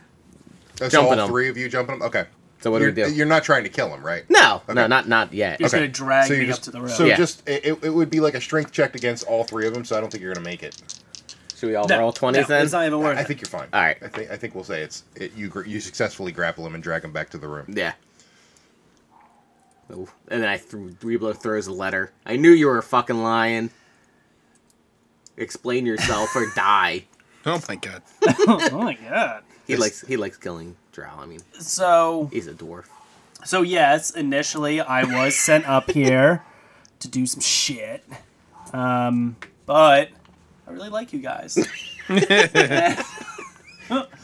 Speaker 1: That's
Speaker 3: Jumping
Speaker 1: Oh, all
Speaker 3: him.
Speaker 1: three of you jumping him. Okay.
Speaker 3: So what do
Speaker 1: you're,
Speaker 3: we do?
Speaker 1: You're not trying to kill him, right?
Speaker 3: No, no,
Speaker 1: Okay.
Speaker 3: not not yet.
Speaker 6: He's gonna drag
Speaker 1: you
Speaker 6: me
Speaker 1: just,
Speaker 6: up to the room.
Speaker 1: So
Speaker 3: Yeah.
Speaker 1: just it, it- it would be like a strength check against all three of them. So I don't think you're gonna make it.
Speaker 3: Should we all
Speaker 6: No,
Speaker 3: roll twenties
Speaker 6: no,
Speaker 3: then?
Speaker 6: It's not even worth
Speaker 1: I
Speaker 6: it.
Speaker 1: think you're fine.
Speaker 3: All right.
Speaker 1: I think I think we'll say it's it, you gr- you successfully grapple him and drag him back to the room.
Speaker 3: Yeah. Ooh. And then I threw Reblo throws a letter. I knew you were fucking lying. Explain yourself or die.
Speaker 5: Oh my god.
Speaker 6: oh my god.
Speaker 3: He likes he likes killing Drow. I mean,
Speaker 6: So
Speaker 3: he's a dwarf.
Speaker 6: so yes, initially I was sent up here to do some shit. Um
Speaker 2: Um,
Speaker 6: but I really like you guys.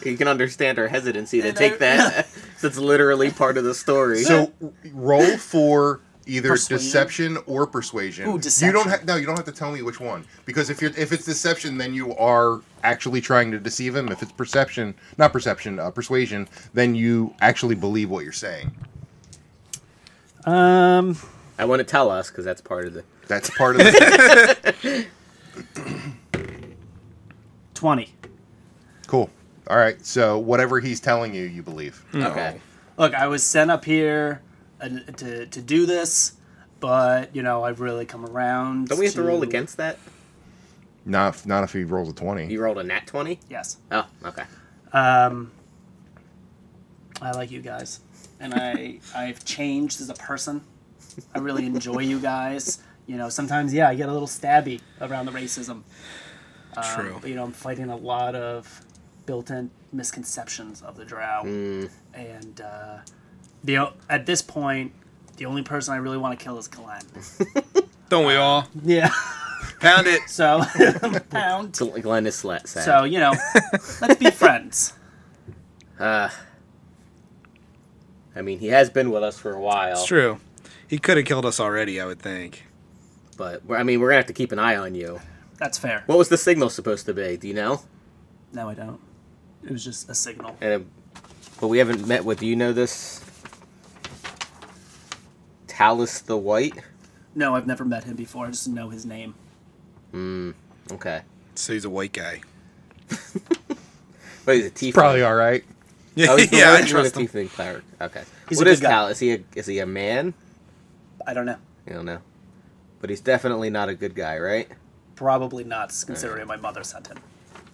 Speaker 3: You can understand our hesitancy to
Speaker 6: And I-
Speaker 3: take that since it's literally part of the story.
Speaker 1: So r- roll for either
Speaker 6: Persuasion.
Speaker 1: deception or persuasion.
Speaker 6: Ooh,
Speaker 1: You don't
Speaker 6: deception.
Speaker 1: have no. You don't have to tell me which one because if you're if it's deception, then you are actually trying to deceive him. If it's perception, not perception, uh, persuasion, then you actually believe what you're saying.
Speaker 2: Um,
Speaker 3: I want to tell us because that's part of the.
Speaker 1: That's part of the
Speaker 2: 20.
Speaker 1: cool. All right. So whatever he's telling you, you believe.
Speaker 5: Oh.
Speaker 3: Okay.
Speaker 2: Look, I was sent up here uh, to, to do this, but, you know, I've really come around.
Speaker 3: Don't we have to roll against that?
Speaker 1: Not if, not if he rolls a twenty.
Speaker 3: You rolled a nat twenty.
Speaker 2: Yes.
Speaker 3: Oh, okay.
Speaker 2: Um, I like you guys, and I I've changed as a person. I really enjoy you guys. You know, sometimes yeah, I get a little stabby around the racism. Um,
Speaker 5: True.
Speaker 2: But, you know, I'm fighting a lot of built-in misconceptions of the Drow, and uh, the o- at this point, the only person I really want to kill is Glenn.
Speaker 5: Don't we all?
Speaker 2: Yeah.
Speaker 5: Pound it.
Speaker 2: So pound.
Speaker 3: Gl- Glenn is sla- sad.
Speaker 2: So you know, let's be friends.
Speaker 3: Uh, I mean, he has been with us for a while.
Speaker 5: It's true. He could have killed us already, I would think.
Speaker 3: But we're, I mean, we're gonna have to keep an eye on you.
Speaker 2: That's fair.
Speaker 3: What was the signal supposed to be? Do you know?
Speaker 2: No, I don't. It was just a signal.
Speaker 3: And uh, but we haven't met with. Do you know this? Talus the White.
Speaker 2: No, I've never met him before. I just know his name.
Speaker 3: Okay.
Speaker 5: So he's a white guy.
Speaker 3: But he's a tiefling.
Speaker 1: Probably all right.
Speaker 5: Yeah,
Speaker 3: Oh, he's the
Speaker 5: yeah I
Speaker 3: Lord
Speaker 5: trust
Speaker 3: of
Speaker 5: him.
Speaker 3: the Tiefling cleric. Okay.
Speaker 2: He's
Speaker 3: what
Speaker 2: a good
Speaker 3: is
Speaker 2: guy.
Speaker 3: Tal? Is he a, is he a man?
Speaker 2: I don't know.
Speaker 3: I don't know. But he's definitely not a good guy, right?
Speaker 2: Probably not, considering my mother sent him.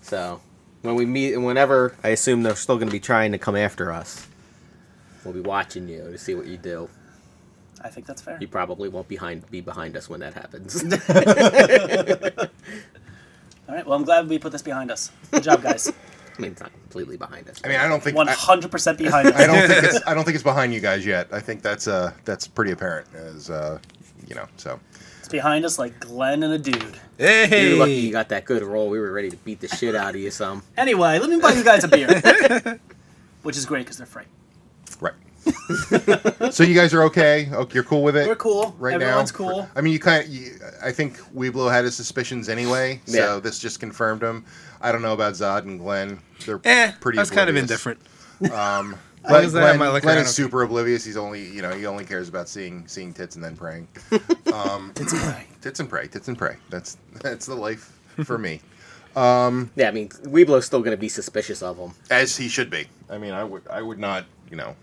Speaker 3: So when we meet, whenever I assume they're still going to be trying to come after us, we'll be watching you to see what you do.
Speaker 2: I think that's fair.
Speaker 3: You probably won't behind be behind us when that happens.
Speaker 2: All right. Well, I'm glad we put this behind us. Good job, guys.
Speaker 3: I mean, it's not completely behind us.
Speaker 1: I mean, I don't think
Speaker 2: One
Speaker 1: I,
Speaker 2: hundred percent behind
Speaker 1: I
Speaker 2: us.
Speaker 1: don't think it's I don't think it's behind you guys yet. I think that's uh that's pretty apparent as uh you know so.
Speaker 2: It's behind us like Glenn and a dude.
Speaker 5: Hey,
Speaker 3: You're lucky you got that good roll. We were ready to beat the shit out of you some.
Speaker 2: Anyway, let me buy you guys a beer, which is great because they're free.
Speaker 1: Right. so you guys are okay? Oh, You're cool with it?
Speaker 2: We're cool.
Speaker 1: Right
Speaker 2: Everyone's
Speaker 1: now?
Speaker 2: cool.
Speaker 1: I mean, you kind of. I think Weeblo had his suspicions anyway, so
Speaker 3: Yeah.
Speaker 1: this just confirmed them. I don't know about Zod and Glenn. They're
Speaker 5: eh,
Speaker 1: pretty.
Speaker 5: I was kind of
Speaker 1: oblivious.
Speaker 5: indifferent.
Speaker 1: Um,
Speaker 5: long
Speaker 1: Glenn,
Speaker 5: as I have
Speaker 1: Glenn,
Speaker 5: my liquor,
Speaker 1: Glenn
Speaker 5: I
Speaker 1: is
Speaker 5: don't
Speaker 1: super oblivious. He's only you know he only cares about seeing seeing tits and then praying. Um,
Speaker 2: It's pray.
Speaker 1: tits and pray, tits and pray. That's that's the life for me,
Speaker 3: Yeah, I mean, Weeblo's still going to be suspicious of him.
Speaker 1: as he should be. I mean, I would I would not you know.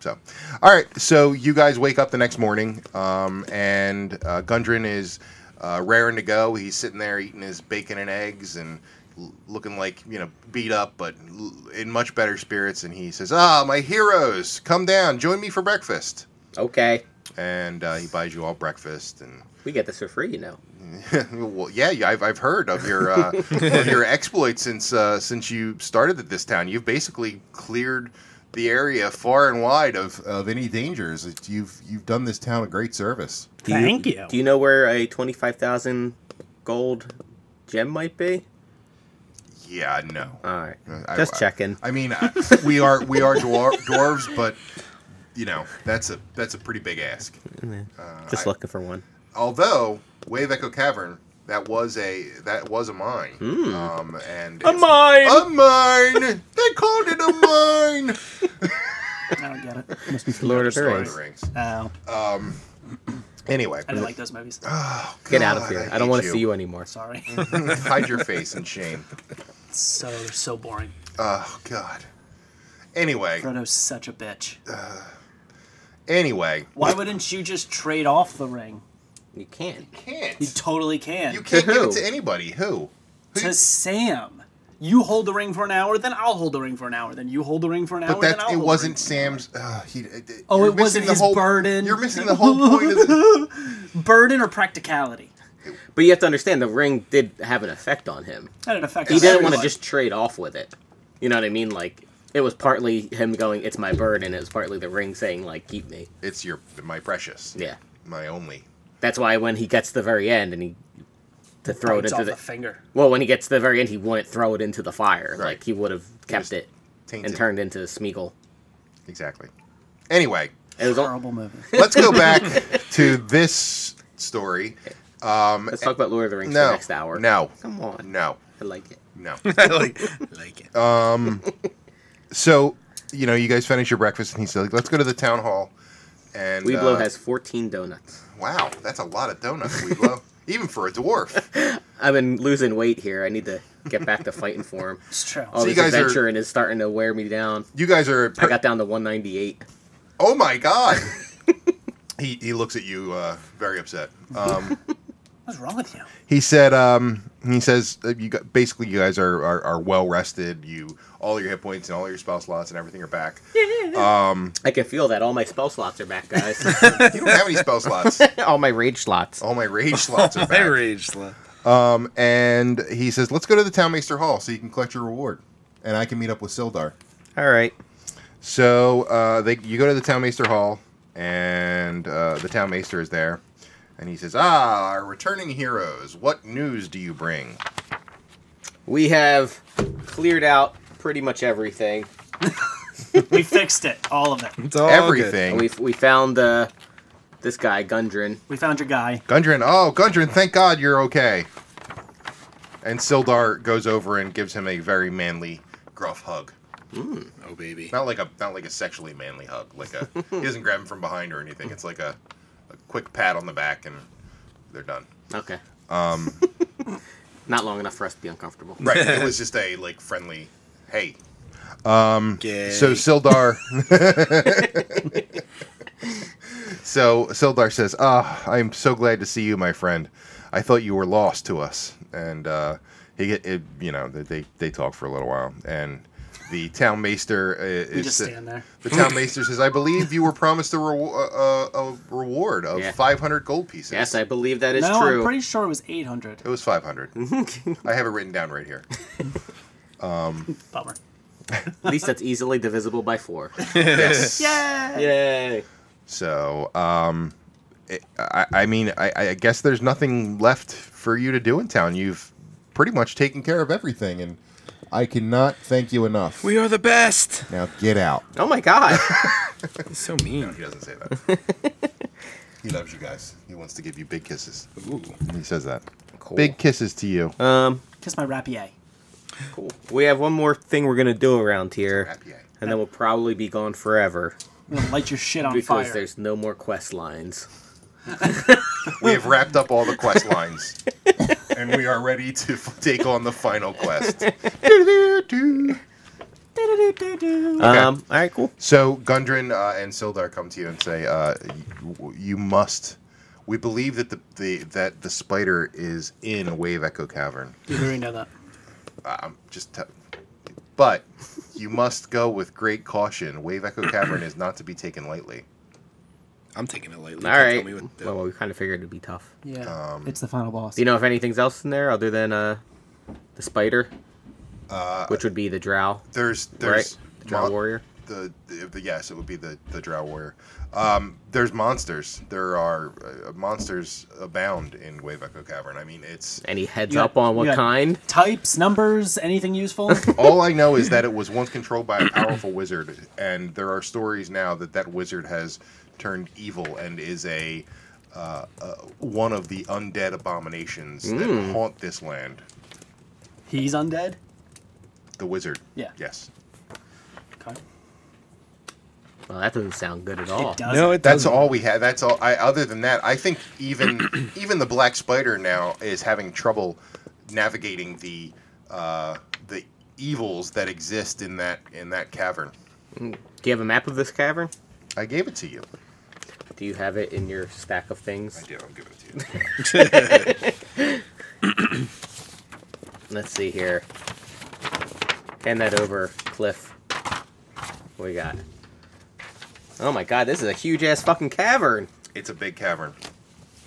Speaker 1: So, all right. So you guys wake up the next morning, um, and uh, Gundren is uh, raring to go. He's sitting there eating his bacon and eggs and l- looking like you know beat up, but l- in much better spirits. And he says, "Ah, my heroes, come down, join me for breakfast."
Speaker 3: Okay.
Speaker 1: and uh, he buys you all breakfast and
Speaker 3: We get this for free, you know.
Speaker 1: well yeah yeah, I've, I've heard of your uh, of your exploits since uh, since you started at this town you've basically cleared the area far and wide of, of any dangers It's- you've you've done this town a great service
Speaker 3: Do
Speaker 7: Thank you.
Speaker 3: Do you know where a 25,000 gold gem might be?
Speaker 1: yeah no
Speaker 3: All right.
Speaker 1: Uh, I-
Speaker 3: Just
Speaker 1: I-
Speaker 3: checking.
Speaker 1: I mean I, we are we are dwar- dwarves but you know that's a that's a pretty big ask uh,
Speaker 3: Just looking for one.
Speaker 1: although Wave Echo Cavern that was a that was a mine um, and it's-
Speaker 5: mine.
Speaker 1: A mine. they called it a mine.
Speaker 2: I don't get it. Must be
Speaker 3: Lord of the
Speaker 1: Lord of
Speaker 3: Rings.
Speaker 1: the Rings.
Speaker 2: Oh,
Speaker 1: Anyway, Oh,
Speaker 2: I didn't like those movies.
Speaker 3: Ah. Get out of here. I, don't want to
Speaker 1: hate
Speaker 3: see you anymore.
Speaker 2: Sorry.
Speaker 1: Hide your face in shame.
Speaker 2: so so boring.
Speaker 1: Oh God. Anyway,
Speaker 2: Frodo's such a bitch.
Speaker 1: anyway,
Speaker 2: Why wouldn't you just trade off the ring?
Speaker 3: You can't.
Speaker 2: You
Speaker 1: can't.
Speaker 2: totally can.
Speaker 1: You can't give
Speaker 3: who?
Speaker 1: it to anybody. Who?
Speaker 2: to Sam. You hold the ring for an hour, then I'll hold the ring for an hour, then you hold the ring for an hour,
Speaker 1: But
Speaker 2: then
Speaker 1: that
Speaker 2: I'll
Speaker 1: it
Speaker 2: hold
Speaker 1: wasn't
Speaker 2: the ring.
Speaker 1: Sam's. Uh, he,
Speaker 2: Oh,
Speaker 1: you're
Speaker 2: it wasn't
Speaker 1: missing the
Speaker 2: his
Speaker 1: whole,
Speaker 2: burden.
Speaker 1: You're missing the whole point. Of the,
Speaker 2: burden or practicality.
Speaker 3: But you have to understand the ring did have an effect on him.
Speaker 2: That didn't affect.
Speaker 3: He
Speaker 2: us.
Speaker 3: didn't want to just trade off with it. You know what I mean? Like it was partly him going, "It's my bird," and it was partly the ring saying, "Like keep me."
Speaker 1: it's your my precious.
Speaker 3: Yeah,
Speaker 1: My only.
Speaker 3: that's why when he gets to the very end and he to throw it
Speaker 2: Bites
Speaker 3: into
Speaker 2: off
Speaker 3: the,
Speaker 2: the finger.
Speaker 3: well, when he gets to the very end, he wouldn't throw it into the fire.
Speaker 1: Right.
Speaker 3: Like he would have kept it
Speaker 1: Tainted.
Speaker 3: and turned into Smeagol.
Speaker 1: Exactly. Anyway,
Speaker 3: It was all,
Speaker 2: Horrible movie.
Speaker 1: let's go back to this story.
Speaker 3: let's talk about Lord of the Rings
Speaker 1: No.
Speaker 3: for the next hour.
Speaker 1: No.
Speaker 3: come on,
Speaker 1: No.
Speaker 3: I like it.
Speaker 1: No.
Speaker 5: I like, like it.
Speaker 1: so you know you guys finish your breakfast and he's like let's go to the town hall And
Speaker 3: Weeblo
Speaker 1: uh,
Speaker 3: has 14 donuts.
Speaker 1: wow, that's a lot of donuts, Weeblo, even for a dwarf.
Speaker 3: I've been losing weight here. I need to get back to fighting for him.
Speaker 6: It's true.
Speaker 3: All
Speaker 1: So you
Speaker 3: this
Speaker 1: guys are-
Speaker 3: adventuring is starting to wear me down.
Speaker 1: You guys are.
Speaker 3: I got down to 198.
Speaker 1: oh my god. he he looks at you uh, very upset. Um,
Speaker 6: What's wrong with you?
Speaker 1: he said um, he says uh, you got, basically you guys are, are, are well rested you all your hit points and all your spell slots and everything are back um,
Speaker 3: I can feel that. All my spell slots are back, guys.
Speaker 1: you don't have any spell slots
Speaker 3: All my rage slots.
Speaker 1: all my rage slots are
Speaker 5: My
Speaker 1: back
Speaker 5: rage slip.
Speaker 1: Um, and he says let's go to the townmaster hall so you can collect your reward and i can meet up with sildar
Speaker 5: All right.
Speaker 1: so uh, they, you go to the townmaster hall and uh, the townmaster is there and he says ah our returning heroes what news do you bring
Speaker 3: We have cleared out pretty much everything.
Speaker 6: We fixed it, all of it.
Speaker 5: It's all
Speaker 1: everything
Speaker 3: And we we found uh, this guy Gundren.
Speaker 6: We found your guy.
Speaker 1: Gundren, oh Gundren, thank God you're okay. And Sildar goes over and gives him a very manly, gruff hug.
Speaker 5: Good. Oh baby.
Speaker 1: Not like a not like a sexually manly hug. Like a he doesn't grab him from behind or anything. It's like a, a quick pat on the back and they're done.
Speaker 3: Okay. Um. Not long enough for us to be uncomfortable.
Speaker 1: Right. it was just a like friendly, hey.
Speaker 5: Gay.
Speaker 1: So Sildar. so Sildar says, "Ah, I am so glad to see you, my friend. I thought you were lost to us." And uh, he get it, you know they- they they talk for a little while, and the town maester uh, is
Speaker 6: We just stand there.
Speaker 1: the town maester says, "I believe you were promised a, rewa- a, a- a reward of
Speaker 3: Yeah.
Speaker 1: 500 gold pieces."
Speaker 3: Yes, I believe that is
Speaker 6: no,
Speaker 3: true.
Speaker 6: I'm pretty sure it was 800.
Speaker 1: It was 500. I have it written down right here.
Speaker 6: Bummer.
Speaker 3: At least that's easily divisible by four.
Speaker 1: Yes.
Speaker 6: Yay!
Speaker 3: Yay!
Speaker 1: So, um, it, I, I mean, I, I guess there's nothing left for you to do in town. You've pretty much taken care of everything, and I cannot thank you enough.
Speaker 5: we are the best.
Speaker 1: now get out.
Speaker 3: Oh my god!
Speaker 5: He's so mean.
Speaker 1: He doesn't say that. he loves you guys. He wants to give you big kisses.
Speaker 5: Ooh.
Speaker 1: He says that.
Speaker 3: Cool.
Speaker 1: Big kisses to you.
Speaker 3: Um,
Speaker 6: Kiss my rapier.
Speaker 3: cool. We have one more thing we're gonna do around here,
Speaker 1: Happy eye.
Speaker 3: and then we'll probably be gone forever
Speaker 6: I'm gonna light your shit on
Speaker 3: because
Speaker 6: fire.
Speaker 3: there's no more quest lines.
Speaker 1: We have wrapped up all the quest lines, and we are ready to f- take on the final quest. Doo-doo-doo.
Speaker 3: Um, all right, cool.
Speaker 1: So Gundren uh, and Sildar come to you and say, uh, you, "You must. We believe that the, the that the spider is in Wave Echo Cavern. Uh,
Speaker 6: You already know that.
Speaker 1: I'm just, t- but you must go with great caution. Wave Echo Cavern is not to be taken lightly.
Speaker 5: I'm taking it lightly.
Speaker 3: All
Speaker 5: Don't tell
Speaker 3: right.
Speaker 5: me what to do.
Speaker 3: Well, we kind of figured it'd be tough.
Speaker 6: Yeah. it's the final boss.
Speaker 3: Do you know if anything's else in there other than uh, the spider, uh, which would be the drow,
Speaker 1: There's there's
Speaker 3: right? Drow
Speaker 1: mon-
Speaker 3: warrior.
Speaker 1: The, the, the- yes, it would be the the Drow Warrior. Um, there's monsters. There are uh, monsters abound in Wave Echo Cavern. I mean, it's
Speaker 3: Any heads
Speaker 6: You got-
Speaker 3: up on what
Speaker 6: you got
Speaker 3: kind?
Speaker 6: Types, numbers, anything useful?
Speaker 1: All I know is that it was once controlled by a powerful wizard, and there are stories now that that wizard has turned evil and is a uh, uh, one of the undead abominations
Speaker 5: Mm.
Speaker 1: that haunt this land.
Speaker 6: He's undead.
Speaker 1: The wizard.
Speaker 6: Yeah.
Speaker 1: Yes.
Speaker 6: Okay.
Speaker 3: Well, that doesn't sound good at all.
Speaker 6: It does.
Speaker 5: no, it
Speaker 1: That's
Speaker 5: doesn't.
Speaker 1: all we had. That's all. I, other than that, I think even even the black spider now is having trouble navigating the uh, the evils that exist in that in that cavern.
Speaker 3: Do you have a map of this cavern?
Speaker 1: I gave it to you.
Speaker 3: Do you have it in your stack of things?
Speaker 1: do. I'm giving it to you.
Speaker 3: Let's see here. Hand that over, Cliff. What we got? Oh my god, this is a huge ass fucking cavern.
Speaker 1: It's a big cavern.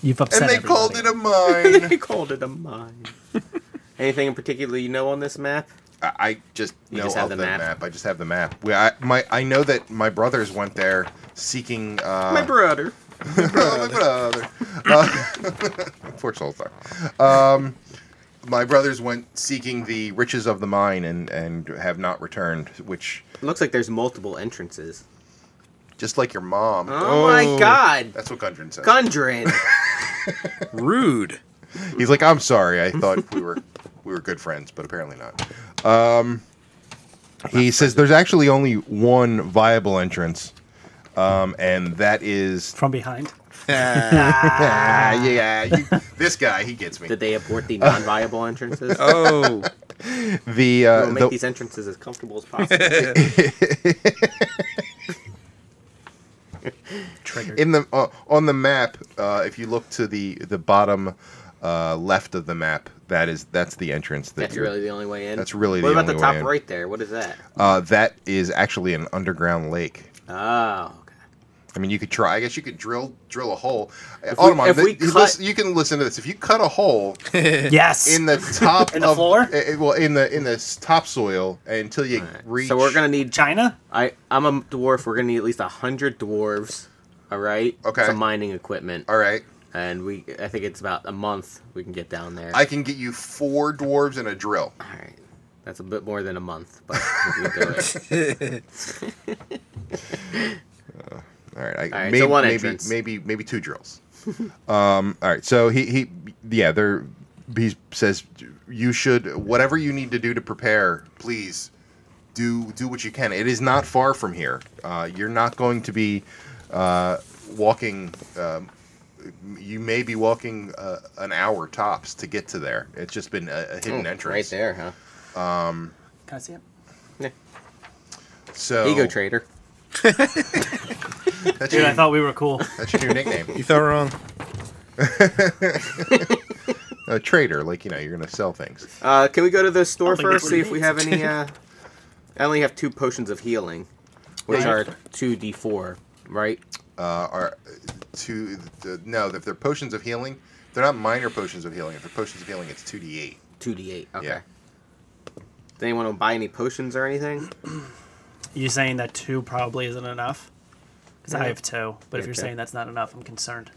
Speaker 2: You've upset
Speaker 1: and they
Speaker 2: everybody.
Speaker 1: called it a mine.
Speaker 3: they called it a mine. Anything in particular you know on this map?
Speaker 1: I I just
Speaker 3: You
Speaker 1: know
Speaker 3: just
Speaker 1: of
Speaker 3: have the
Speaker 1: the,
Speaker 3: map.
Speaker 1: map. I just have the map. We, I, my, I know that my brothers went there seeking. Uh,
Speaker 3: My brother.
Speaker 1: my brother. Uh, poor Solstar. Um, my brothers went seeking the riches of the mine and, and have not returned, which,
Speaker 3: Looks like there's multiple entrances.
Speaker 1: just like your mom,
Speaker 3: Oh, my
Speaker 5: Oh.
Speaker 3: god!
Speaker 1: that's what Gundren says.
Speaker 3: Gundren!
Speaker 5: Rude.
Speaker 1: He's like, I'm sorry. I thought we were we were good friends, but apparently not. Um, he says there's actually only one viable entrance, Um, and that is
Speaker 2: from behind.
Speaker 5: Oh.
Speaker 1: ah, yeah. You, this guy, he gets me.
Speaker 3: Did they abort the non-viable entrances?
Speaker 5: Oh,
Speaker 1: The uh,
Speaker 3: We'll make
Speaker 1: the,
Speaker 3: these entrances as comfortable as possible.
Speaker 2: Triggered.
Speaker 1: in the uh, on the map, uh, if you look to the the bottom uh, left of the map, that is that's the entrance that
Speaker 3: That's
Speaker 1: you're.
Speaker 3: really the only way in.
Speaker 1: That's really
Speaker 3: What
Speaker 1: the
Speaker 3: about
Speaker 1: only
Speaker 3: the
Speaker 1: way
Speaker 3: top
Speaker 1: in.
Speaker 3: right there? What is that?
Speaker 1: Uh, that is actually an underground lake.
Speaker 3: Oh, okay.
Speaker 1: I mean, you could try. I guess you could drill drill a hole. If
Speaker 3: we- if we cut-
Speaker 1: you can listen to this. If you cut a hole
Speaker 2: yes.
Speaker 1: in the top
Speaker 2: In the
Speaker 1: of
Speaker 2: floor?
Speaker 1: eh, eh, well, in the in the topsoil until you reach.
Speaker 3: So we're gonna need.
Speaker 2: China.
Speaker 3: I I'm a dwarf. We're gonna need at least hundred dwarves. All right.
Speaker 1: Okay.
Speaker 3: Some mining equipment,
Speaker 1: All right,
Speaker 3: and we I think it's about a month we can get down there.
Speaker 1: I can get you four dwarves and a drill.
Speaker 3: All right. That's a bit more than a month, but we can do it.
Speaker 1: All right, I,
Speaker 3: All right,
Speaker 1: maybe,
Speaker 3: so one
Speaker 1: maybe,
Speaker 3: entrance.
Speaker 1: maybe maybe two drills. um, all right, so he he yeah, there he says you should whatever you need to do to prepare, please do do what you can. It is not far from here. Uh, you're not going to be uh, walking. Um, you may be walking uh, an hour tops to get to there. It's just been a, a hidden
Speaker 3: Oh, Right
Speaker 1: entrance.
Speaker 3: there, huh?
Speaker 2: Can I see it?
Speaker 1: So
Speaker 3: Ego trader.
Speaker 1: That's
Speaker 2: Dude,
Speaker 1: your,
Speaker 2: I thought we were cool.
Speaker 1: that's your new nickname.
Speaker 5: you thought wrong.
Speaker 1: a trader, like you know, you're gonna sell things.
Speaker 3: Uh, can we go to the store
Speaker 2: I don't think
Speaker 3: first?
Speaker 2: that's
Speaker 3: See
Speaker 2: what
Speaker 3: if we have any. Uh, I only have two potions of healing, which
Speaker 2: Yeah.
Speaker 3: are two d four, right?
Speaker 1: uh, are to the, no if they're potions of healing they're not minor potions of healing if they're potions of healing it's 2d8
Speaker 3: Two d eight. Okay.
Speaker 1: Yeah.
Speaker 3: Does anyone want to buy any potions or anything?
Speaker 2: You saying that two probably isn't enough? Because I
Speaker 3: Yeah.
Speaker 2: have two. But if
Speaker 3: Yeah,
Speaker 2: you're
Speaker 3: okay.
Speaker 2: saying that's not enough, I'm concerned.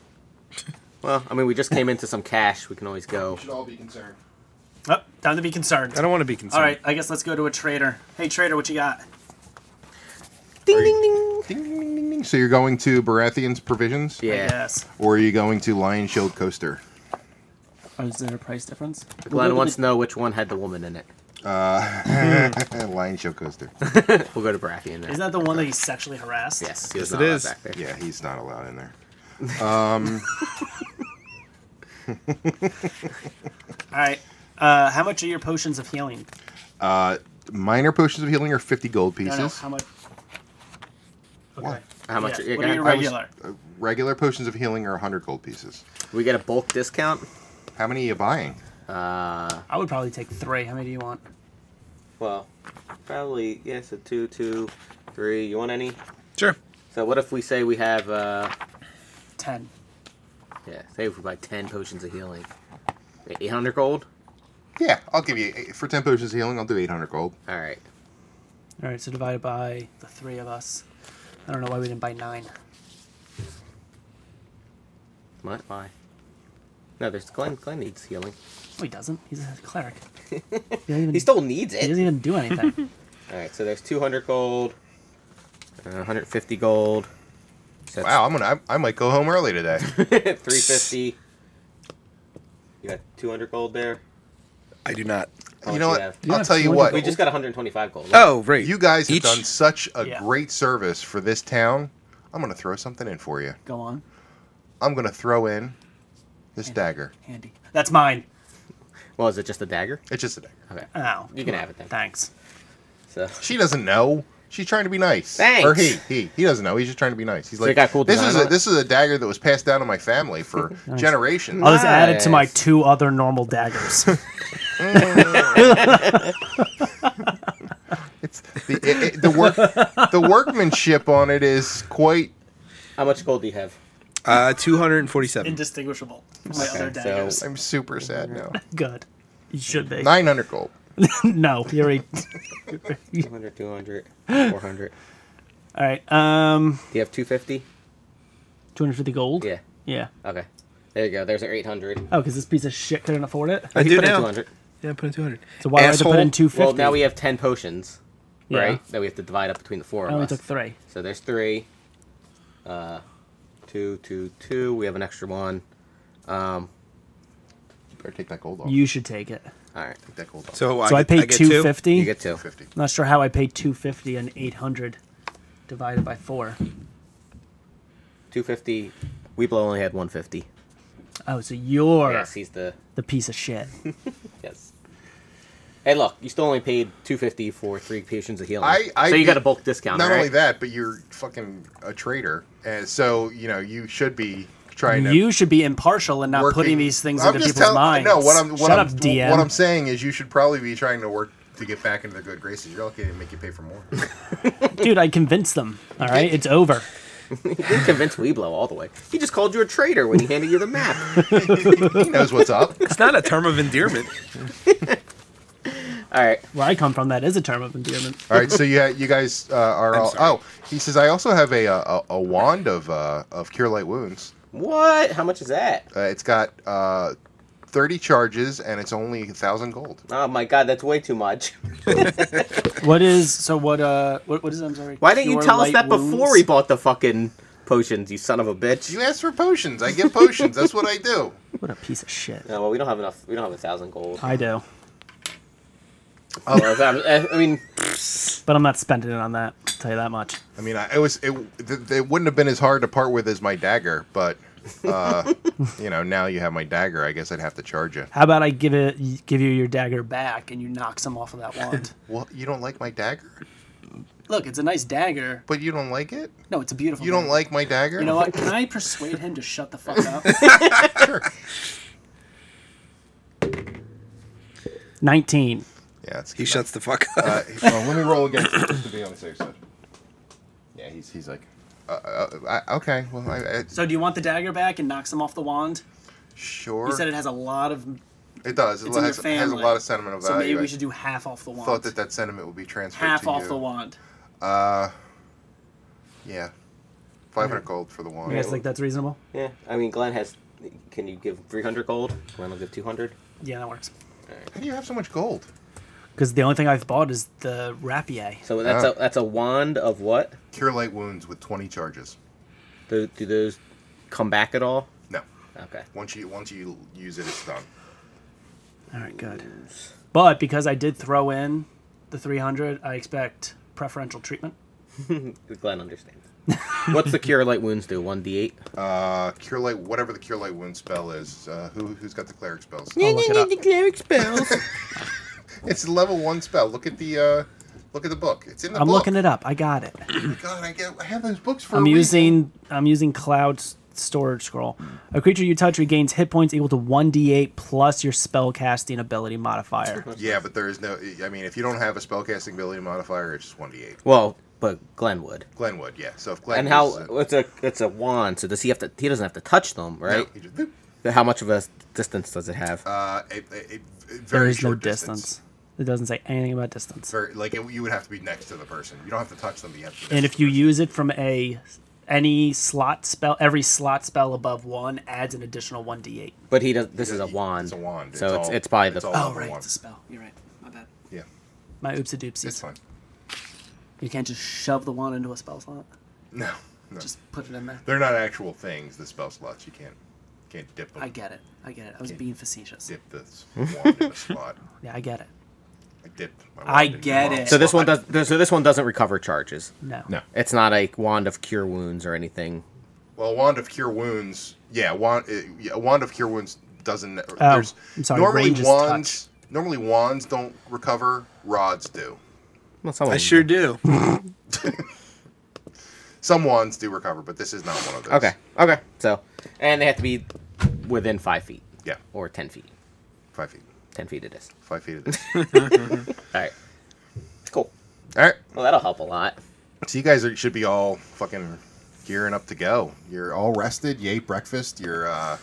Speaker 3: Well, I mean, we just came into some cash. We can always go.
Speaker 1: all be concerned
Speaker 2: Oh, time to be concerned.
Speaker 5: I don't want to be concerned.
Speaker 2: All right, I guess let's go to a trader. Hey, trader, what you got?
Speaker 3: Ding ding ding.
Speaker 1: ding, ding, ding, ding, ding. so you're going to Baratheon's provisions
Speaker 3: Yeah.
Speaker 2: Yes.
Speaker 1: or are you going to lion shield coaster
Speaker 2: Oh, Is there a price difference?
Speaker 3: Glenn wants to know which one had the woman in it.
Speaker 1: Eh, lion shield coaster
Speaker 3: We'll go to Baratheon.
Speaker 2: Isn't
Speaker 3: Then.
Speaker 2: that the one that he sexually harassed?
Speaker 3: Yes. he was
Speaker 5: Yes,
Speaker 3: not
Speaker 5: it
Speaker 3: allowed
Speaker 5: is.
Speaker 3: Back there.
Speaker 1: yeah he's not allowed in there
Speaker 2: All right. Uh, how much are your potions of healing?
Speaker 1: minor potions of healing are 50 gold
Speaker 2: I
Speaker 1: pieces
Speaker 2: don't know how much. Okay.
Speaker 1: What?
Speaker 3: How much?
Speaker 2: Yeah,
Speaker 3: you're
Speaker 2: What are
Speaker 3: gonna-
Speaker 2: your
Speaker 3: I was-
Speaker 2: regular?
Speaker 1: regular potions of healing are 100 gold pieces
Speaker 3: we get a bulk discount.
Speaker 1: how many are you buying
Speaker 3: Uh,
Speaker 2: I would probably take three. How many do you want?
Speaker 3: well, probably yeah. So two, two, three. You want any?
Speaker 5: Sure.
Speaker 3: So what if we say we have uh
Speaker 2: Ten.
Speaker 3: yeah, say if we buy ten potions of healing. Eight hundred gold?
Speaker 1: yeah i'll give you eh, for 10 potions of healing i'll do 800 gold
Speaker 3: Alright.
Speaker 2: All right, so divided by the three of us. I don't know why we didn't buy nine.
Speaker 3: What? Why? No, there's Glenn Glenn needs healing.
Speaker 2: No, he doesn't. He's a cleric. He doesn't even,
Speaker 3: He still needs
Speaker 2: he
Speaker 3: it.
Speaker 2: doesn't even do anything.
Speaker 3: Alright, so there's two hundred gold, uh, hundred fifty gold. So
Speaker 1: wow i'm gonna I, I might go home early today
Speaker 3: three fifty. You got two hundred gold there?
Speaker 5: I do not.
Speaker 3: How
Speaker 1: you
Speaker 3: much
Speaker 1: know
Speaker 3: have?
Speaker 1: what
Speaker 2: You
Speaker 1: i'll
Speaker 2: have
Speaker 1: tell you
Speaker 2: 200
Speaker 1: what
Speaker 3: We just got hundred and twenty five gold.
Speaker 5: Uh, Oh, right.
Speaker 1: You guys have
Speaker 5: Each-
Speaker 1: done such a
Speaker 2: Yeah.
Speaker 1: great service for this town. I'm going to throw something in for you.
Speaker 2: Go on.
Speaker 1: I'm going to throw in this dagger.
Speaker 2: Handy. That's mine.
Speaker 3: Well, is it just a dagger?
Speaker 1: It's just a dagger.
Speaker 3: Okay.
Speaker 2: Oh.
Speaker 3: You can have it then.
Speaker 2: Thanks.
Speaker 3: So
Speaker 1: She doesn't know. She's trying to be nice.
Speaker 3: Thanks.
Speaker 1: Or he, he, he doesn't know. He's just trying to be nice. He's
Speaker 3: So
Speaker 1: like,
Speaker 3: it got cool
Speaker 1: this
Speaker 3: design
Speaker 1: is
Speaker 3: on
Speaker 1: a,
Speaker 3: it?
Speaker 1: this is a dagger that was passed down to my family for generations.
Speaker 2: I'll just add it to my
Speaker 3: Nice.
Speaker 2: two other normal daggers.
Speaker 1: It's the, it, it, the work, the workmanship on it is quite.
Speaker 3: how much gold do you have?
Speaker 5: Uh, 247.
Speaker 2: Indistinguishable from my other
Speaker 3: so-
Speaker 2: daggers.
Speaker 1: I'm super sad now.
Speaker 2: Good. You should be.
Speaker 1: Nine hundred gold.
Speaker 2: no, you're a.
Speaker 3: 200, 200, 400.
Speaker 2: All right. Um,
Speaker 3: Do you have 250?
Speaker 2: 250 gold.
Speaker 3: Yeah.
Speaker 2: Yeah.
Speaker 3: Okay. There you go. There's our 800.
Speaker 2: Oh, because this piece of shit couldn't afford it.
Speaker 5: I
Speaker 3: He
Speaker 5: do
Speaker 3: put in
Speaker 5: now.
Speaker 3: 200.
Speaker 5: Yeah, put in 200.
Speaker 2: So why do I have to put in
Speaker 5: Asshole.
Speaker 2: 250?
Speaker 3: Well, now we have 10 potions,
Speaker 2: Yeah.
Speaker 3: right? That we have to divide up between the four
Speaker 2: I
Speaker 3: of
Speaker 2: only
Speaker 3: us.
Speaker 2: took three.
Speaker 3: So there's three. Uh, two, two, two. We have an extra one. Um,
Speaker 1: You better take that gold off.
Speaker 2: You should take it.
Speaker 3: all right.
Speaker 1: take that gold off.
Speaker 5: So,
Speaker 2: So I,
Speaker 5: get-
Speaker 2: paid
Speaker 5: get
Speaker 2: two
Speaker 5: Two?
Speaker 2: fifty.
Speaker 3: You get two.
Speaker 1: Fifty.
Speaker 2: Not sure how I paid two fifty and eight hundred divided by four.
Speaker 3: Two fifty. Weeblo only had one fifty.
Speaker 2: Oh, so you're
Speaker 3: Yes, he's the
Speaker 2: the piece of shit.
Speaker 3: yes. Hey, look, you still only paid two fifty for three potions of healing.
Speaker 1: I- I
Speaker 3: so you
Speaker 1: did-
Speaker 3: got a bulk discount.
Speaker 1: Not
Speaker 3: right?
Speaker 1: only that, but you're fucking a traitor, and so you know you should be trying to.
Speaker 2: You should be impartial and not
Speaker 1: working-
Speaker 2: putting these things
Speaker 1: I'm
Speaker 2: into
Speaker 1: just
Speaker 2: people's
Speaker 1: telling-
Speaker 2: minds.
Speaker 1: No, what I'm what
Speaker 2: Shut
Speaker 1: I'm
Speaker 2: up, DM.
Speaker 1: what I'm saying is you should probably be trying to work to get back into the good graces. You're lucky they didn't make you pay for more.
Speaker 2: Dude, I convinced them. All right, it's over.
Speaker 3: You didn't convince Weeblo all the way. He just called you a traitor when he handed you the map.
Speaker 1: he knows what's up.
Speaker 5: It's not a term of endearment.
Speaker 3: All right.
Speaker 2: Where I come from, that is a term of endearment.
Speaker 1: All right, so yeah, you guys uh, are all.
Speaker 5: sorry.
Speaker 1: Oh, he says I also have a a, a wand of uh, of cure light wounds.
Speaker 3: What? How much is that?
Speaker 1: Uh, it's got uh, thirty charges and it's only a thousand gold.
Speaker 3: Oh my god, that's way too much.
Speaker 2: What is?
Speaker 6: So what? Uh, what, what is it? I'm sorry.
Speaker 3: Why didn't you
Speaker 6: Cure
Speaker 3: tell us
Speaker 6: light
Speaker 3: that
Speaker 6: wounds?
Speaker 3: before we bought the fucking potions, you son of a bitch?
Speaker 1: You asked for potions. I get potions. That's what I do.
Speaker 2: What a piece of shit.
Speaker 3: No, well, we don't have enough. We don't have a thousand gold.
Speaker 2: I do,
Speaker 1: Oh.
Speaker 3: Well, eh, I I mean,
Speaker 2: but I'm not spending it on that. I'll tell you that much.
Speaker 1: I mean, I, it was it, th- it wouldn't have been as hard to part with as my dagger, but uh, you know now you have my dagger. I guess I'd have to charge you.
Speaker 2: How about I give it, give you your dagger back, and you knock some off of that wand?
Speaker 1: Well, you don't like my dagger,
Speaker 6: Look, it's a nice dagger.
Speaker 1: but you don't like it.
Speaker 6: No, it's a beautiful.
Speaker 1: You don't
Speaker 6: dagger.
Speaker 1: like my dagger.
Speaker 6: You know what? Can I persuade him to shut the fuck up?
Speaker 1: Sure.
Speaker 2: Nineteen.
Speaker 1: Yeah, it's
Speaker 5: He shuts the fuck up.
Speaker 1: Uh, well, let me roll again just to be on the safe side. Yeah, he's he's like, uh, uh, I, okay, well, I, I,
Speaker 6: So do you want the dagger back and knocks him off the wand?
Speaker 1: sure.
Speaker 6: You said it has a lot of.
Speaker 1: It does. It
Speaker 6: It's in your
Speaker 1: has, has a
Speaker 6: family.
Speaker 1: lot of sentimental
Speaker 6: So
Speaker 1: value.
Speaker 6: maybe
Speaker 1: I
Speaker 6: we should do half off the wand.
Speaker 1: thought that that sentiment would be transferred
Speaker 6: half
Speaker 1: to
Speaker 6: off
Speaker 1: you.
Speaker 6: the wand.
Speaker 1: Uh, yeah, five hundred gold for the wand.
Speaker 2: You guys think that's reasonable?
Speaker 3: yeah. I mean, Glenn has. Can you give three hundred gold? Glenn will give two hundred.
Speaker 2: Yeah, that works.
Speaker 1: How do you have so much gold?
Speaker 2: Because the only thing I've bought is the rapier.
Speaker 3: So that's
Speaker 1: Ah.
Speaker 3: a that's a wand of what?
Speaker 1: Cure light wounds with twenty charges.
Speaker 3: Do, do those come back at all?
Speaker 1: No,
Speaker 3: Okay.
Speaker 1: once you once you use it, it's done.
Speaker 2: All right, good. But because I did throw in the 300, I expect preferential treatment.
Speaker 3: Glenn understands. What's the cure light wounds do? One d eight.
Speaker 1: Uh, cure light, whatever the cure light wound spell is. Uh, who who's got the cleric spells?
Speaker 2: I'll look it up.
Speaker 1: It's a level one spell. Look at the uh, look at the book. It's in the
Speaker 2: I'm
Speaker 1: book.
Speaker 2: looking it up. I got it.
Speaker 1: God, I get I have those books for. a
Speaker 2: I'm
Speaker 1: reason.
Speaker 2: using I'm using cloud s- storage scroll. A creature you touch regains hit points equal to 1d8 plus your spell casting ability modifier.
Speaker 1: Yeah, but there is no. I mean, if you don't have a spellcasting ability modifier, it's just one d eight.
Speaker 3: Well, but Glenn would.
Speaker 1: Glenwood, yeah. So if Glenn
Speaker 3: And how
Speaker 1: uses it-
Speaker 3: it's a it's a wand, so does he have to? He doesn't have to touch them,
Speaker 1: No,
Speaker 3: right?
Speaker 1: he just- boop.
Speaker 3: How much of a distance does it have?
Speaker 1: Uh, it, it, it- it-
Speaker 2: There
Speaker 1: very
Speaker 2: is no
Speaker 1: short
Speaker 2: distance. It doesn't say anything about distance.
Speaker 1: Very like it, you would have to be next to the person. You don't have to touch them. But you have to be
Speaker 2: And
Speaker 1: next
Speaker 2: if you use it from a any slot spell, every slot spell above 1 adds an additional 1d8.
Speaker 3: but he does. This
Speaker 1: to
Speaker 3: is
Speaker 1: the-
Speaker 3: a wand.
Speaker 1: it's a wand.
Speaker 3: So it's
Speaker 1: all-
Speaker 3: it's by the.
Speaker 1: it's all
Speaker 6: Oh
Speaker 1: over
Speaker 6: right,
Speaker 1: one.
Speaker 6: it's a spell. You're right. My bad.
Speaker 1: Yeah,
Speaker 2: My oopsie
Speaker 1: it's
Speaker 2: doopsies.
Speaker 1: fine.
Speaker 6: You can't just shove the wand into a spell slot.
Speaker 1: No, no,
Speaker 6: Just put it in there.
Speaker 1: they're not actual things. The spell slots you can't can't dip them.
Speaker 6: I get it. I get it. I was being facetious.
Speaker 1: dip the s- wand in a slot.
Speaker 2: Yeah, I get it.
Speaker 1: I dipped. My
Speaker 6: I
Speaker 1: wand in
Speaker 6: get
Speaker 1: the
Speaker 6: it.
Speaker 1: wrong
Speaker 3: so this one
Speaker 1: slot.
Speaker 3: does. So this one doesn't recover charges.
Speaker 2: No.
Speaker 1: No.
Speaker 3: It's not a wand of cure wounds or anything.
Speaker 1: Well, wand of cure wounds. Yeah, wand. Uh, yeah, wand of cure wounds doesn't.
Speaker 6: Oh,
Speaker 2: I'm sorry,
Speaker 1: Normally
Speaker 2: range is
Speaker 1: wands. Normally wands don't recover. Rods do.
Speaker 3: Well, some of
Speaker 5: I
Speaker 3: them
Speaker 5: sure do.
Speaker 1: Some wands do recover, but this is not one of
Speaker 3: do.
Speaker 1: those.
Speaker 3: Okay. Okay. So, and they have to be within five feet
Speaker 1: Yeah,
Speaker 3: or ten feet.
Speaker 1: five feet.
Speaker 3: Ten feet it is.
Speaker 1: Five feet of this.
Speaker 3: All right. Cool.
Speaker 1: all right.
Speaker 3: Well, that'll help a lot.
Speaker 1: So you guys are, should be all fucking gearing up to go. You're all rested. You ate breakfast. You're uh,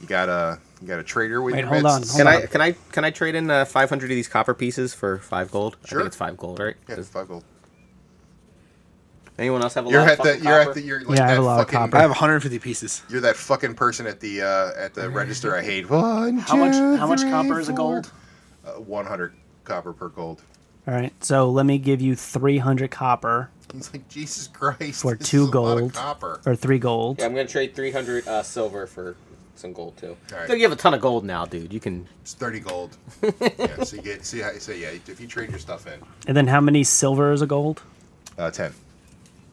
Speaker 1: you got a you got a trader with
Speaker 2: Wait,
Speaker 1: your
Speaker 2: hold on,
Speaker 1: midst.
Speaker 2: hold
Speaker 3: Can
Speaker 2: on.
Speaker 3: I can I can I trade in uh, 500 of these copper pieces for five gold? I
Speaker 1: Sure.
Speaker 3: think it's five gold, right?
Speaker 1: Yeah,
Speaker 3: Does
Speaker 1: five gold.
Speaker 3: anyone else have a
Speaker 1: You're
Speaker 3: lot of
Speaker 1: at the
Speaker 3: fucking
Speaker 1: you're at
Speaker 3: copper?
Speaker 1: the you're like
Speaker 2: Yeah, I have
Speaker 1: that
Speaker 2: a lot of
Speaker 1: fucking
Speaker 2: copper.
Speaker 5: I have 150 pieces.
Speaker 1: you're that fucking person at the uh, at the register. I hate one.
Speaker 6: How much?
Speaker 1: two,
Speaker 6: How much
Speaker 1: three,
Speaker 6: copper is a
Speaker 1: four.
Speaker 6: gold?
Speaker 1: Uh, One hundred copper per gold.
Speaker 2: All right. So let me give you 300 copper
Speaker 1: He's like Jesus Christ.
Speaker 2: for
Speaker 1: this
Speaker 2: two
Speaker 1: is a lot of
Speaker 2: gold
Speaker 1: copper.
Speaker 2: or three gold.
Speaker 3: Yeah, I'm gonna trade 300 uh, silver for some gold too.
Speaker 1: All right.
Speaker 3: So you have a ton of gold now, dude. You can.
Speaker 1: It's thirty gold. yeah. So you get see how so yeah if you trade your stuff in.
Speaker 2: And then how many silver is a gold?
Speaker 1: Uh, ten.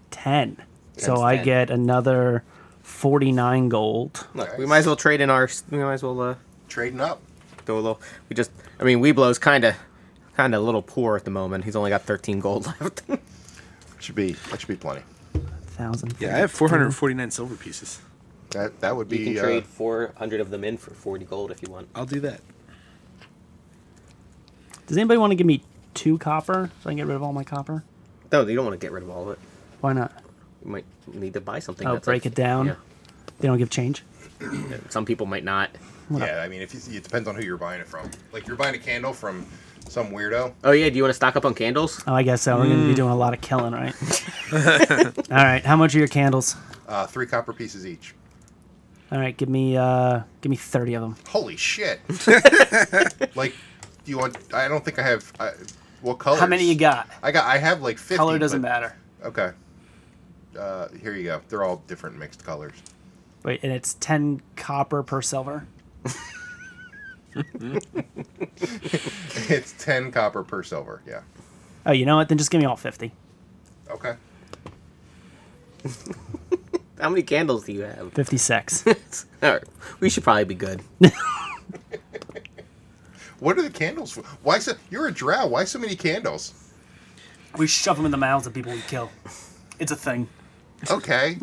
Speaker 2: 10. So
Speaker 3: Times
Speaker 2: I
Speaker 3: 10.
Speaker 2: get another 49 gold.
Speaker 3: Look, we
Speaker 1: Nice.
Speaker 3: might as well trade in our. We might as well uh,
Speaker 1: Trading up.
Speaker 3: do a little. We just. I mean, Weeblow's kind of, kind of a little poor at the moment. He's only got 13 gold left.
Speaker 1: Should be that should be plenty.
Speaker 2: Thousand.
Speaker 5: Yeah, I have 449 silver pieces.
Speaker 1: That that would be
Speaker 3: you can
Speaker 1: uh,
Speaker 3: trade 400 of them in for 40 gold if you want.
Speaker 5: I'll do that.
Speaker 2: Does anybody want to give me two copper so I can get rid of all my copper?
Speaker 3: No, you don't want to get rid of all of it.
Speaker 2: Why not?
Speaker 3: You might need to buy something.
Speaker 2: Oh,
Speaker 3: that's
Speaker 2: break
Speaker 3: like-
Speaker 2: it down.
Speaker 3: Yeah.
Speaker 2: They don't give change.
Speaker 3: Some people might not.
Speaker 1: Yeah, I mean, if you, it depends on who you're buying it from. Like if you're buying a candle from some weirdo.
Speaker 3: Oh yeah, do you want to stock up on candles?
Speaker 2: Oh, I guess so. We're going
Speaker 6: Mm.
Speaker 2: to be doing a lot of killing, right? all right. How much are your candles?
Speaker 1: Uh, three copper pieces each.
Speaker 2: All right, give me uh, give me 30 of them.
Speaker 1: Holy shit! like, do you want? I don't think I have. I, what color?
Speaker 6: How many you got?
Speaker 1: I got. I have like fifty.
Speaker 6: Color doesn't
Speaker 1: but-
Speaker 6: matter.
Speaker 1: Okay. Uh, here you go. They're all different mixed colors.
Speaker 2: Wait, and it's 10 copper per silver.
Speaker 1: it's ten copper per silver. Yeah.
Speaker 2: Oh, you know what? Then just give me all 50.
Speaker 1: Okay.
Speaker 3: How many candles do you have?
Speaker 2: 56.
Speaker 3: All right, we should probably be good.
Speaker 1: What are the candles for? Why so? You're a drow. Why so many candles?
Speaker 6: We shove them in the mouths of people we kill. It's a thing.
Speaker 1: Okay.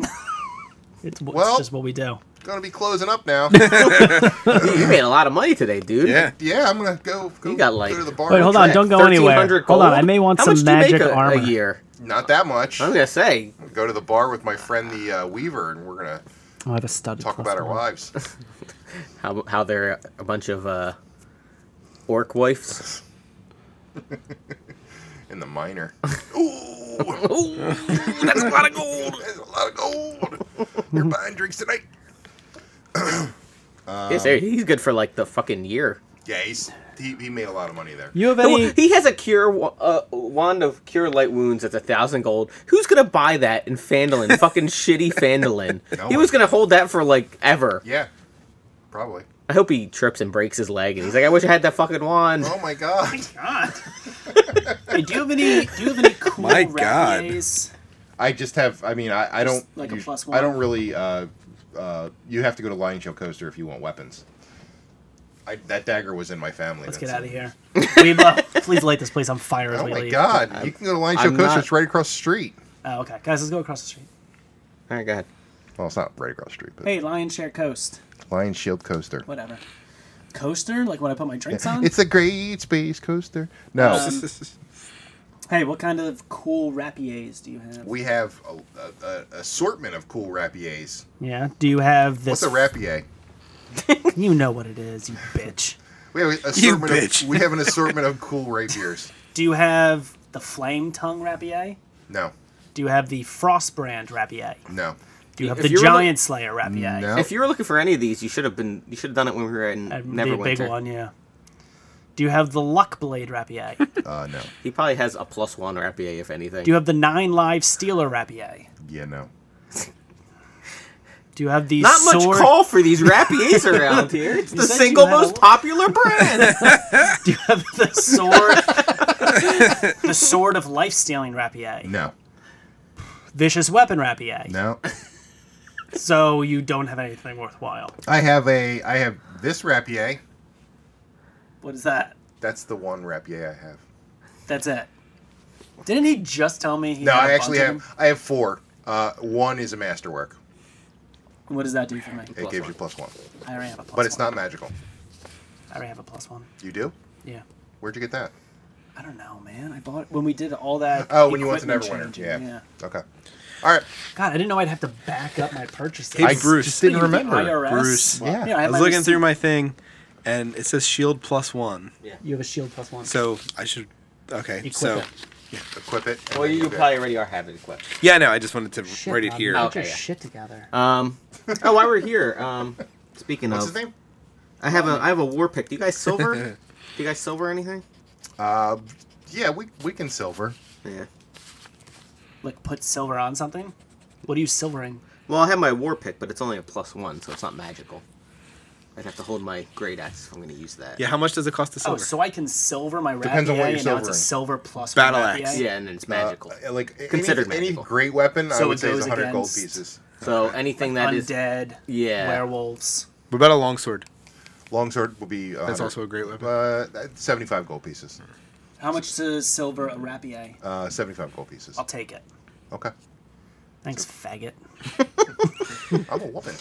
Speaker 2: It's,
Speaker 1: Well-
Speaker 2: it's just what we do.
Speaker 1: Gonna be closing up now.
Speaker 3: you made a lot of money today, dude.
Speaker 5: Yeah.
Speaker 1: yeah, I'm gonna go. go
Speaker 3: You got, like-
Speaker 1: go to the bar.
Speaker 2: Wait,
Speaker 1: and
Speaker 2: hold on.
Speaker 1: check.
Speaker 2: Don't go anywhere.
Speaker 3: 1300
Speaker 2: Hold on.
Speaker 3: gold?
Speaker 2: I may want
Speaker 3: How
Speaker 2: some
Speaker 3: much do you make
Speaker 2: magic
Speaker 3: a-
Speaker 2: armor.
Speaker 3: A year.
Speaker 1: Not that much.
Speaker 3: I'm gonna say
Speaker 1: go to the bar with my friend the uh, Weaver, and we're gonna
Speaker 2: Oh, I have a stud.
Speaker 1: talk about our wives.
Speaker 3: how how they're a bunch of uh, orc wives.
Speaker 1: in the minor. Ooh,
Speaker 3: That's a lot of gold.
Speaker 1: there's a lot of gold. You're buying drinks tonight.
Speaker 3: yes, there- he's good for like the fucking year.
Speaker 1: Yeah, he's, he, he made a lot of money there.
Speaker 2: You have
Speaker 3: Oh,
Speaker 2: any?
Speaker 3: He has a cure wa- uh, wand of cure light wounds that's a thousand gold. Who's gonna buy that in Fandolin? Fucking shitty Fandolin.
Speaker 1: No
Speaker 3: he
Speaker 1: one.
Speaker 3: was gonna hold that for like ever.
Speaker 1: Yeah, probably.
Speaker 3: I hope he trips and breaks his leg, and he's like, "I wish I had that fucking wand."
Speaker 1: Oh my god,
Speaker 6: God. hey, do you have any? Do you have any cool
Speaker 5: My God.
Speaker 6: rapiers?
Speaker 1: I just have. I mean, I, I don't.
Speaker 6: Like a
Speaker 1: us-
Speaker 6: plus
Speaker 1: I
Speaker 6: one.
Speaker 1: don't really. Uh, uh, you have to go to Lion Show Coaster if you want weapons. I, that dagger was in my family.
Speaker 2: Let's get
Speaker 1: that's
Speaker 2: out of
Speaker 1: it.
Speaker 2: here.
Speaker 6: uh,
Speaker 2: Weebo, please light this place on fire as
Speaker 1: Oh
Speaker 2: we
Speaker 1: my
Speaker 2: leave.
Speaker 1: god, you can go to Lion Show
Speaker 3: I'm
Speaker 1: Coaster.
Speaker 3: not-
Speaker 1: It's right across the street.
Speaker 6: Oh, okay, guys, let's go across the street.
Speaker 3: All right, go ahead.
Speaker 1: Well, it's not right across the street, but
Speaker 6: Hey, Lion Share Coast.
Speaker 1: Lion Shield Coaster.
Speaker 6: Whatever. Coaster, like when I put my drinks on.
Speaker 1: It's a great space coaster. No,
Speaker 5: Um,
Speaker 6: Hey, what kind of cool rapiers do you have?
Speaker 1: we have a, a, a assortment of cool rapiers.
Speaker 2: Yeah. Do you have
Speaker 1: What's a
Speaker 2: this?
Speaker 1: rapier?
Speaker 2: You know what it is, you bitch.
Speaker 1: We have, an assortment
Speaker 5: bitch.
Speaker 1: Of, we have an assortment of cool rapiers.
Speaker 6: Do you have the Flame Tongue rapier?
Speaker 1: No,
Speaker 6: Do you have the Frost Brand rapier?
Speaker 1: no,
Speaker 6: Do you have
Speaker 3: If
Speaker 6: the
Speaker 3: you were to-
Speaker 6: Giant Slayer rapier?
Speaker 1: no.
Speaker 3: If you were looking for any of these, you should have been. You should have done it when we were in
Speaker 2: That'd be a big
Speaker 3: Neverwinter.
Speaker 2: one, yeah. Do you have the Luck Blade rapier? Do
Speaker 1: uh, no,
Speaker 3: He probably has a plus one or FBA if anything.
Speaker 2: you have the Nine Live Stealer rapier?
Speaker 1: yeah, no.
Speaker 2: Do you have the
Speaker 3: Not much
Speaker 2: sword?
Speaker 3: call for these rapiers around here. It's the
Speaker 6: said you
Speaker 3: single
Speaker 6: had a
Speaker 3: most
Speaker 6: lot.
Speaker 3: popular brand.
Speaker 2: Do you have the
Speaker 6: Sword. the Sword of Life Stealing rapier.
Speaker 1: No,
Speaker 2: Vicious Weapon rapier?
Speaker 1: no.
Speaker 2: So you don't have anything worthwhile.
Speaker 1: I have a. I have this rapier.
Speaker 6: What is that?
Speaker 1: That's the one rapier I have.
Speaker 6: That's it. Didn't he just tell me he
Speaker 1: No,
Speaker 6: had
Speaker 1: I
Speaker 6: a
Speaker 1: actually
Speaker 6: bunch of
Speaker 1: have. I have four. Uh, one is a masterwork.
Speaker 6: them? What does that do for me?
Speaker 1: It gives you plus one,
Speaker 6: I already have a plus
Speaker 1: but it's
Speaker 6: one.
Speaker 1: not magical.
Speaker 6: I already have a plus one.
Speaker 1: You do?
Speaker 6: Yeah.
Speaker 1: Where'd you get that?
Speaker 6: I don't know, man. I bought it when we did all that.
Speaker 1: Oh, when you went to
Speaker 6: equipment
Speaker 1: Neverwinter.
Speaker 6: changing,
Speaker 1: Yeah. Okay. All right.
Speaker 6: God, I didn't know I'd have to back up my purchases.
Speaker 5: Hey,
Speaker 1: I
Speaker 5: Bruce.
Speaker 1: just didn't
Speaker 6: Even the
Speaker 1: remember.
Speaker 6: IRS.
Speaker 5: Bruce.
Speaker 1: Yeah.
Speaker 6: Yeah, I,
Speaker 5: I
Speaker 6: had
Speaker 5: was
Speaker 6: my
Speaker 5: looking
Speaker 6: receipt.
Speaker 5: through my thing, and it says shield plus one.
Speaker 2: You have a shield plus one.
Speaker 5: So I should. Okay.
Speaker 2: Equip
Speaker 5: so
Speaker 2: it.
Speaker 1: Equip it. and
Speaker 3: well,
Speaker 1: then
Speaker 3: you
Speaker 1: you're good.
Speaker 3: probably already are having equipped.
Speaker 5: yeah, no, I just wanted to write it
Speaker 2: Rob,
Speaker 5: here.
Speaker 2: Get
Speaker 3: Okay,
Speaker 2: your
Speaker 3: yeah.
Speaker 2: shit together.
Speaker 3: Um, oh, while we're here, um, speaking
Speaker 1: What's
Speaker 3: of,
Speaker 1: his name?
Speaker 3: I have a I have a war pick. Do you guys silver? Do you guys silver anything?
Speaker 1: Uh, yeah, we we can silver. Uh,
Speaker 3: Yeah.
Speaker 6: like put silver on something. What are you silvering?
Speaker 3: Well, I have my war pick, but it's only a plus one, so it's not magical. I'd have to hold my great axe if I'm going to use that.
Speaker 5: Yeah, how much does it cost to
Speaker 6: Oh,
Speaker 5: silver?
Speaker 6: so I can silver my
Speaker 1: Depends on what
Speaker 6: rapier,
Speaker 1: you're
Speaker 6: and now it's a
Speaker 1: silvering.
Speaker 6: silver plus
Speaker 5: Battle
Speaker 6: one rapier?
Speaker 5: axe.
Speaker 3: Yeah, and it's magical.
Speaker 1: Uh, like any-
Speaker 3: Considered
Speaker 1: any,
Speaker 3: magical.
Speaker 1: great weapon, I
Speaker 6: So
Speaker 1: would
Speaker 6: it
Speaker 1: say is
Speaker 6: goes
Speaker 1: 100 gold
Speaker 6: against-
Speaker 1: pieces.
Speaker 3: So anything that is
Speaker 6: undead,
Speaker 3: yeah.
Speaker 6: werewolves.
Speaker 5: What about a longsword?
Speaker 1: Longsword will be.
Speaker 5: That's also a great weapon.
Speaker 1: Uh, that's 75 gold pieces.
Speaker 6: How much does silver a rapier?
Speaker 1: Uh, 75 gold pieces.
Speaker 6: I'll take it.
Speaker 1: Okay.
Speaker 6: Thanks, faggot.
Speaker 1: I'm a woman.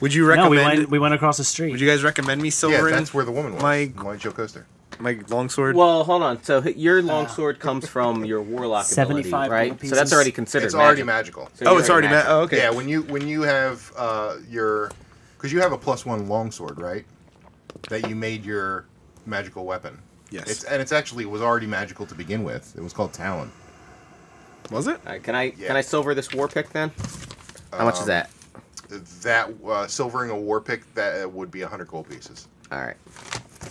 Speaker 5: Would you
Speaker 2: No,
Speaker 5: recommend?
Speaker 2: we went we went across the
Speaker 5: would
Speaker 2: street.
Speaker 5: you guys recommend me
Speaker 1: Yeah,
Speaker 5: silvering
Speaker 1: that's where the woman was.
Speaker 5: my-
Speaker 1: My Joe Coaster.
Speaker 5: my longsword?
Speaker 3: Well, hold on. So h- your longsword comes from your warlock ability,
Speaker 6: 75
Speaker 3: right?
Speaker 6: Ah. gold
Speaker 3: So that's
Speaker 6: pieces.
Speaker 3: already considered.
Speaker 1: It's already
Speaker 3: magic.
Speaker 1: magical.
Speaker 3: So
Speaker 5: oh,
Speaker 3: you're
Speaker 5: it's already met.
Speaker 3: magic.
Speaker 5: Oh, okay.
Speaker 1: Yeah, when you when you have uh, your, because you have a plus one longsword, right? That you made your magical weapon.
Speaker 5: Yes.
Speaker 1: It's and it's actually it was already magical to begin with. It was called Talon.
Speaker 5: was it?
Speaker 3: All right, can I
Speaker 1: Yeah. Um,
Speaker 3: can I silver this war pick then? How much is that?
Speaker 1: That uh, silvering a war pick that uh, would be hundred gold pieces.
Speaker 3: All right.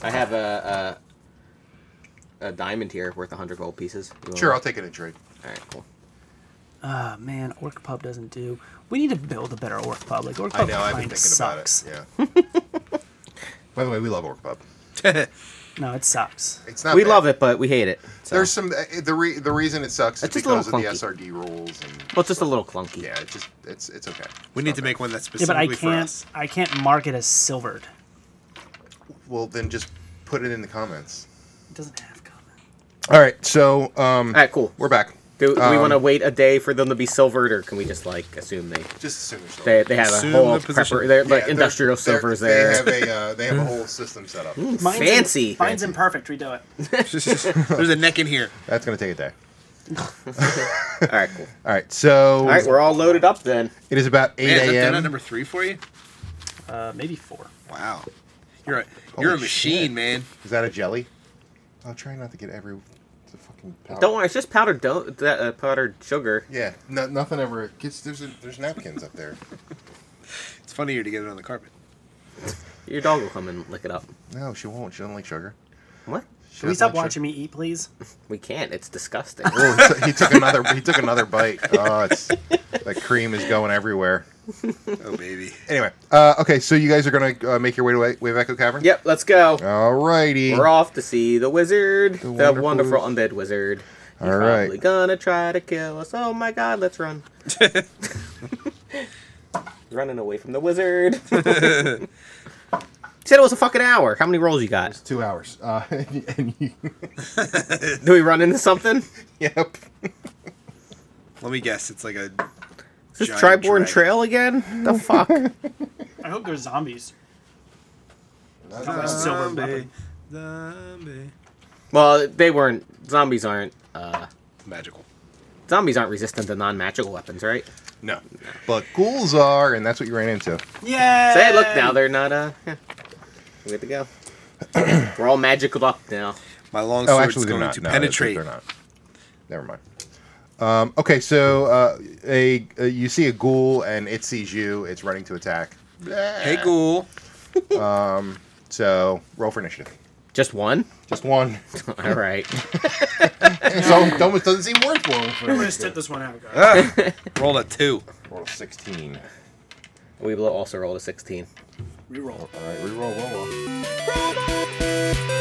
Speaker 3: I have a a, a diamond here worth 100 gold pieces. You
Speaker 5: Oh.
Speaker 3: want-
Speaker 1: Sure, I'll take it in trade.
Speaker 3: All right, cool.
Speaker 6: Ah, man, Orc Pub doesn't do. We need to build a better Orc Pub. Like Orc
Speaker 3: Oh,
Speaker 1: I
Speaker 6: Pub
Speaker 1: know. I've been
Speaker 6: kind of
Speaker 1: thinking
Speaker 6: sucks.
Speaker 1: about it. Yeah. By the way, we love Orc Pub.
Speaker 6: No, it sucks.
Speaker 1: It's not.
Speaker 3: we
Speaker 1: bad.
Speaker 3: love it, but we hate it. So.
Speaker 1: There's some uh, the re- the reason it sucks is
Speaker 3: It's just a
Speaker 1: because of the
Speaker 3: little clunky.
Speaker 1: SRD rules and
Speaker 3: well, it's just a little clunky.
Speaker 1: yeah, it's just it's it's okay.
Speaker 5: We need to make one that's
Speaker 2: Yeah, but
Speaker 5: specifically
Speaker 2: I
Speaker 5: for us.
Speaker 2: can't I can't mark it as silvered.
Speaker 1: Well, then just put it in the comments.
Speaker 6: It doesn't have comment.
Speaker 1: All right, so um,
Speaker 3: All right, cool.
Speaker 1: we're back.
Speaker 3: Do, do we
Speaker 1: Um,
Speaker 3: want to wait a day for them to be silvered, or can we just like assume they
Speaker 1: Just assume there's no-
Speaker 3: they, they have a
Speaker 5: Assume
Speaker 3: whole
Speaker 5: the position.
Speaker 3: prepper, they're,
Speaker 1: Yeah,
Speaker 3: like
Speaker 1: they're-
Speaker 3: industrial
Speaker 1: they're-
Speaker 3: silvers
Speaker 1: they
Speaker 3: there?
Speaker 1: Have a, uh, they have a whole system set up.
Speaker 6: Mine's in-
Speaker 3: Fancy.
Speaker 6: mine's imperfect. Redo it.
Speaker 5: There's a neck in here.
Speaker 1: That's gonna take a day.
Speaker 3: all right, cool.
Speaker 1: All right, so
Speaker 3: All right, we're all loaded up then.
Speaker 1: it is about eight
Speaker 5: Man, is that
Speaker 1: a.m.
Speaker 5: donut number three for you?
Speaker 2: Uh, maybe four.
Speaker 5: Wow. You're a, you're a
Speaker 1: Holy
Speaker 5: machine,
Speaker 1: shit.
Speaker 5: man.
Speaker 1: Is that a jelly? I'll try not to get every the fucking. Powder.
Speaker 3: Don't worry, it's just powdered do- that, uh, powdered sugar.
Speaker 1: Yeah, no, nothing ever gets. There's a, there's napkins up there.
Speaker 5: It's funnier to get it on the carpet.
Speaker 3: Your dog will come and lick it up.
Speaker 1: No, she won't. She doesn't like sugar.
Speaker 3: What?
Speaker 1: She
Speaker 2: Can we
Speaker 1: doesn't
Speaker 2: stop
Speaker 1: like
Speaker 2: watching me eat, please?
Speaker 3: We can't. It's disgusting.
Speaker 1: sugar. Oh, he took- he took another. He took another bite. Oh, it's that cream is going everywhere.
Speaker 5: Oh, baby.
Speaker 1: Anyway, uh, okay, so you guys are gonna uh, make your way to Wave- Wave Echo Cavern.
Speaker 3: yep, let's go.
Speaker 1: All righty.
Speaker 3: We're off to see the wizard, the,
Speaker 1: wonderful
Speaker 3: wonderful, undead wizard. He's
Speaker 1: All right.
Speaker 3: probably gonna try to kill us. Oh my god, let's run. Running away from the wizard. Said it was a fucking hour. How many rolls you got?
Speaker 1: Two hours. Uh, and you,
Speaker 3: Do we run into something?
Speaker 1: yep.
Speaker 5: Let me guess. It's like a.
Speaker 3: Is this
Speaker 5: Giant dragon.
Speaker 3: Triborn Trail again? The fuck?
Speaker 6: I hope there's zombies.
Speaker 5: Zombie.
Speaker 6: silver weapon.
Speaker 5: Zombie.
Speaker 3: well, they weren't. Zombies aren't. Uh,
Speaker 5: Magical.
Speaker 3: zombies aren't resistant to non-magical weapons, right?
Speaker 1: No. But ghouls are, and that's what you ran into.
Speaker 6: Yeah.
Speaker 3: Say, look now, they're not. Uh, yeah. we good to go. We're all magical up now.
Speaker 5: My long
Speaker 1: Oh,
Speaker 5: sword's
Speaker 1: actually, they're
Speaker 5: going
Speaker 1: not.
Speaker 5: to
Speaker 1: No, they're-
Speaker 5: penetrate.
Speaker 1: They're not. Never mind. Um, okay, so uh, a, uh you see a ghoul and it sees you. It's running to attack.
Speaker 5: Hey, ghoul.
Speaker 1: So roll for initiative.
Speaker 3: Just one.
Speaker 1: Just one.
Speaker 3: All right.
Speaker 1: so it almost doesn't seem worth rolling for
Speaker 6: I'm gonna sit
Speaker 1: initiative.
Speaker 6: this one out, guys.
Speaker 5: Ah, roll a two.
Speaker 1: Roll a sixteen.
Speaker 3: We will also roll a 16.
Speaker 6: Reroll.
Speaker 1: All right, reroll, roll, roll.
Speaker 8: Wave Echo